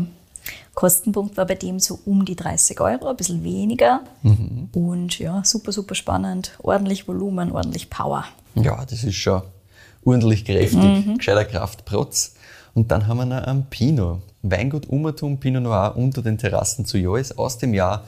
[SPEAKER 3] Kostenpunkt war bei dem so um die 30 Euro, ein bisschen weniger.
[SPEAKER 2] Mhm.
[SPEAKER 3] Und ja, super, super spannend. Ordentlich Volumen, ordentlich Power.
[SPEAKER 2] Ja, das ist schon ordentlich kräftig, gescheiter Kraftprotz. Und dann haben wir noch einen Pinot. Weingut Umertum Pinot Noir unter den Terrassen zu Joes aus dem Jahr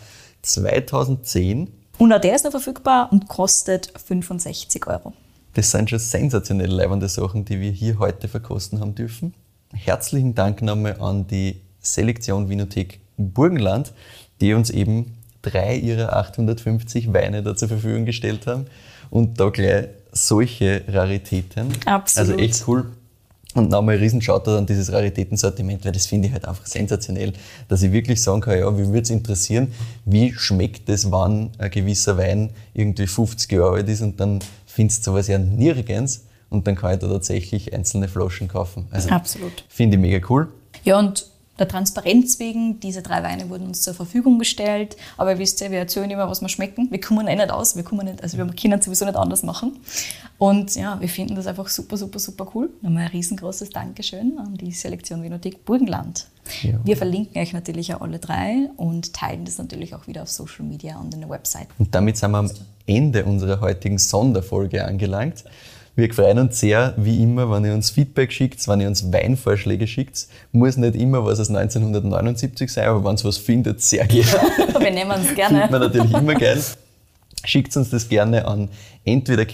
[SPEAKER 2] 2010.
[SPEAKER 3] Und auch der ist noch verfügbar und kostet 65 Euro.
[SPEAKER 2] Das sind schon sensationell leibende Sachen, die wir hier heute verkosten haben dürfen. Herzlichen Dank nochmal an die Selektion Winothek Burgenland, die uns eben drei ihrer 850 Weine da zur Verfügung gestellt haben und da gleich solche Raritäten.
[SPEAKER 3] Absolut.
[SPEAKER 2] Also echt cool. Und nochmal ein riesen Shoutout an dieses Raritätensortiment, weil das finde ich halt einfach sensationell, dass ich wirklich sagen kann, ja, wie würde es interessieren, wie schmeckt es, wann ein gewisser Wein irgendwie 50 Jahre alt ist und dann findest du sowas ja nirgends und dann kann ich da tatsächlich einzelne Flaschen kaufen. Also
[SPEAKER 3] Absolut.
[SPEAKER 2] Finde ich mega cool.
[SPEAKER 3] Ja, und der Transparenz wegen, diese drei Weine wurden uns zur Verfügung gestellt. Aber ihr wisst ja, wir erzählen immer, was wir schmecken. Wir kommen eh nicht aus, wir kommen nicht, also wir können es sowieso nicht anders machen. Und ja, wir finden das einfach super, super, super cool. Nochmal ein riesengroßes Dankeschön an die Selektion Vinothek Burgenland.
[SPEAKER 2] Ja.
[SPEAKER 3] Wir verlinken euch natürlich auch alle drei und teilen das natürlich auch wieder auf Social Media und in der Website.
[SPEAKER 2] Und damit sind wir am Ende unserer heutigen Sonderfolge angelangt. Wir freuen uns sehr, wie immer, wenn ihr uns Feedback schickt, wenn ihr uns Weinvorschläge schickt. Muss nicht immer was aus 1979 sein, aber wenn ihr was findet, sehr gerne.
[SPEAKER 3] Wir nehmen es
[SPEAKER 2] Findet man
[SPEAKER 3] gerne.
[SPEAKER 2] natürlich immer gern. Schickt uns das gerne an entweder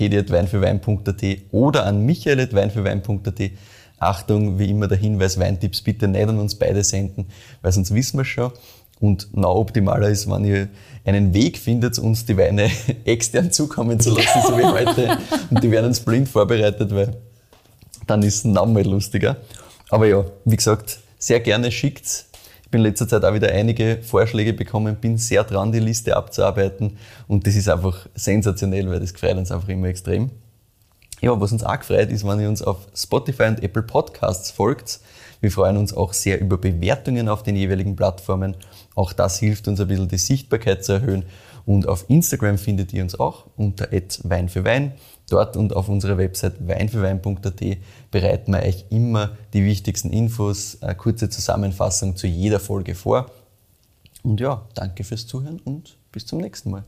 [SPEAKER 2] kedi.weinfürwein.at oder an michael.weinfürwein.at. Achtung, wie immer der Hinweis, Weintipps bitte nicht an uns beide senden, weil sonst wissen wir schon. Und na optimaler ist, wenn ihr einen Weg findet, uns die Weine extern zukommen zu lassen, so wie heute. Und die werden uns blind vorbereitet, weil dann ist es noch mal lustiger. Aber ja, wie gesagt, sehr gerne schickt. Ich bin in letzter Zeit auch wieder einige Vorschläge bekommen, bin sehr dran, die Liste abzuarbeiten. Und das ist einfach sensationell, weil das gefreut uns einfach immer extrem. Ja, was uns auch gefreut ist, wenn ihr uns auf Spotify und Apple Podcasts folgt. Wir freuen uns auch sehr über Bewertungen auf den jeweiligen Plattformen. Auch das hilft uns ein bisschen, die Sichtbarkeit zu erhöhen. Und auf Instagram findet ihr uns auch unter Wein für Wein. Dort und auf unserer Website weinfürwein.at bereiten wir euch immer die wichtigsten Infos, eine kurze Zusammenfassung zu jeder Folge vor. Und ja, danke fürs Zuhören und bis zum nächsten Mal.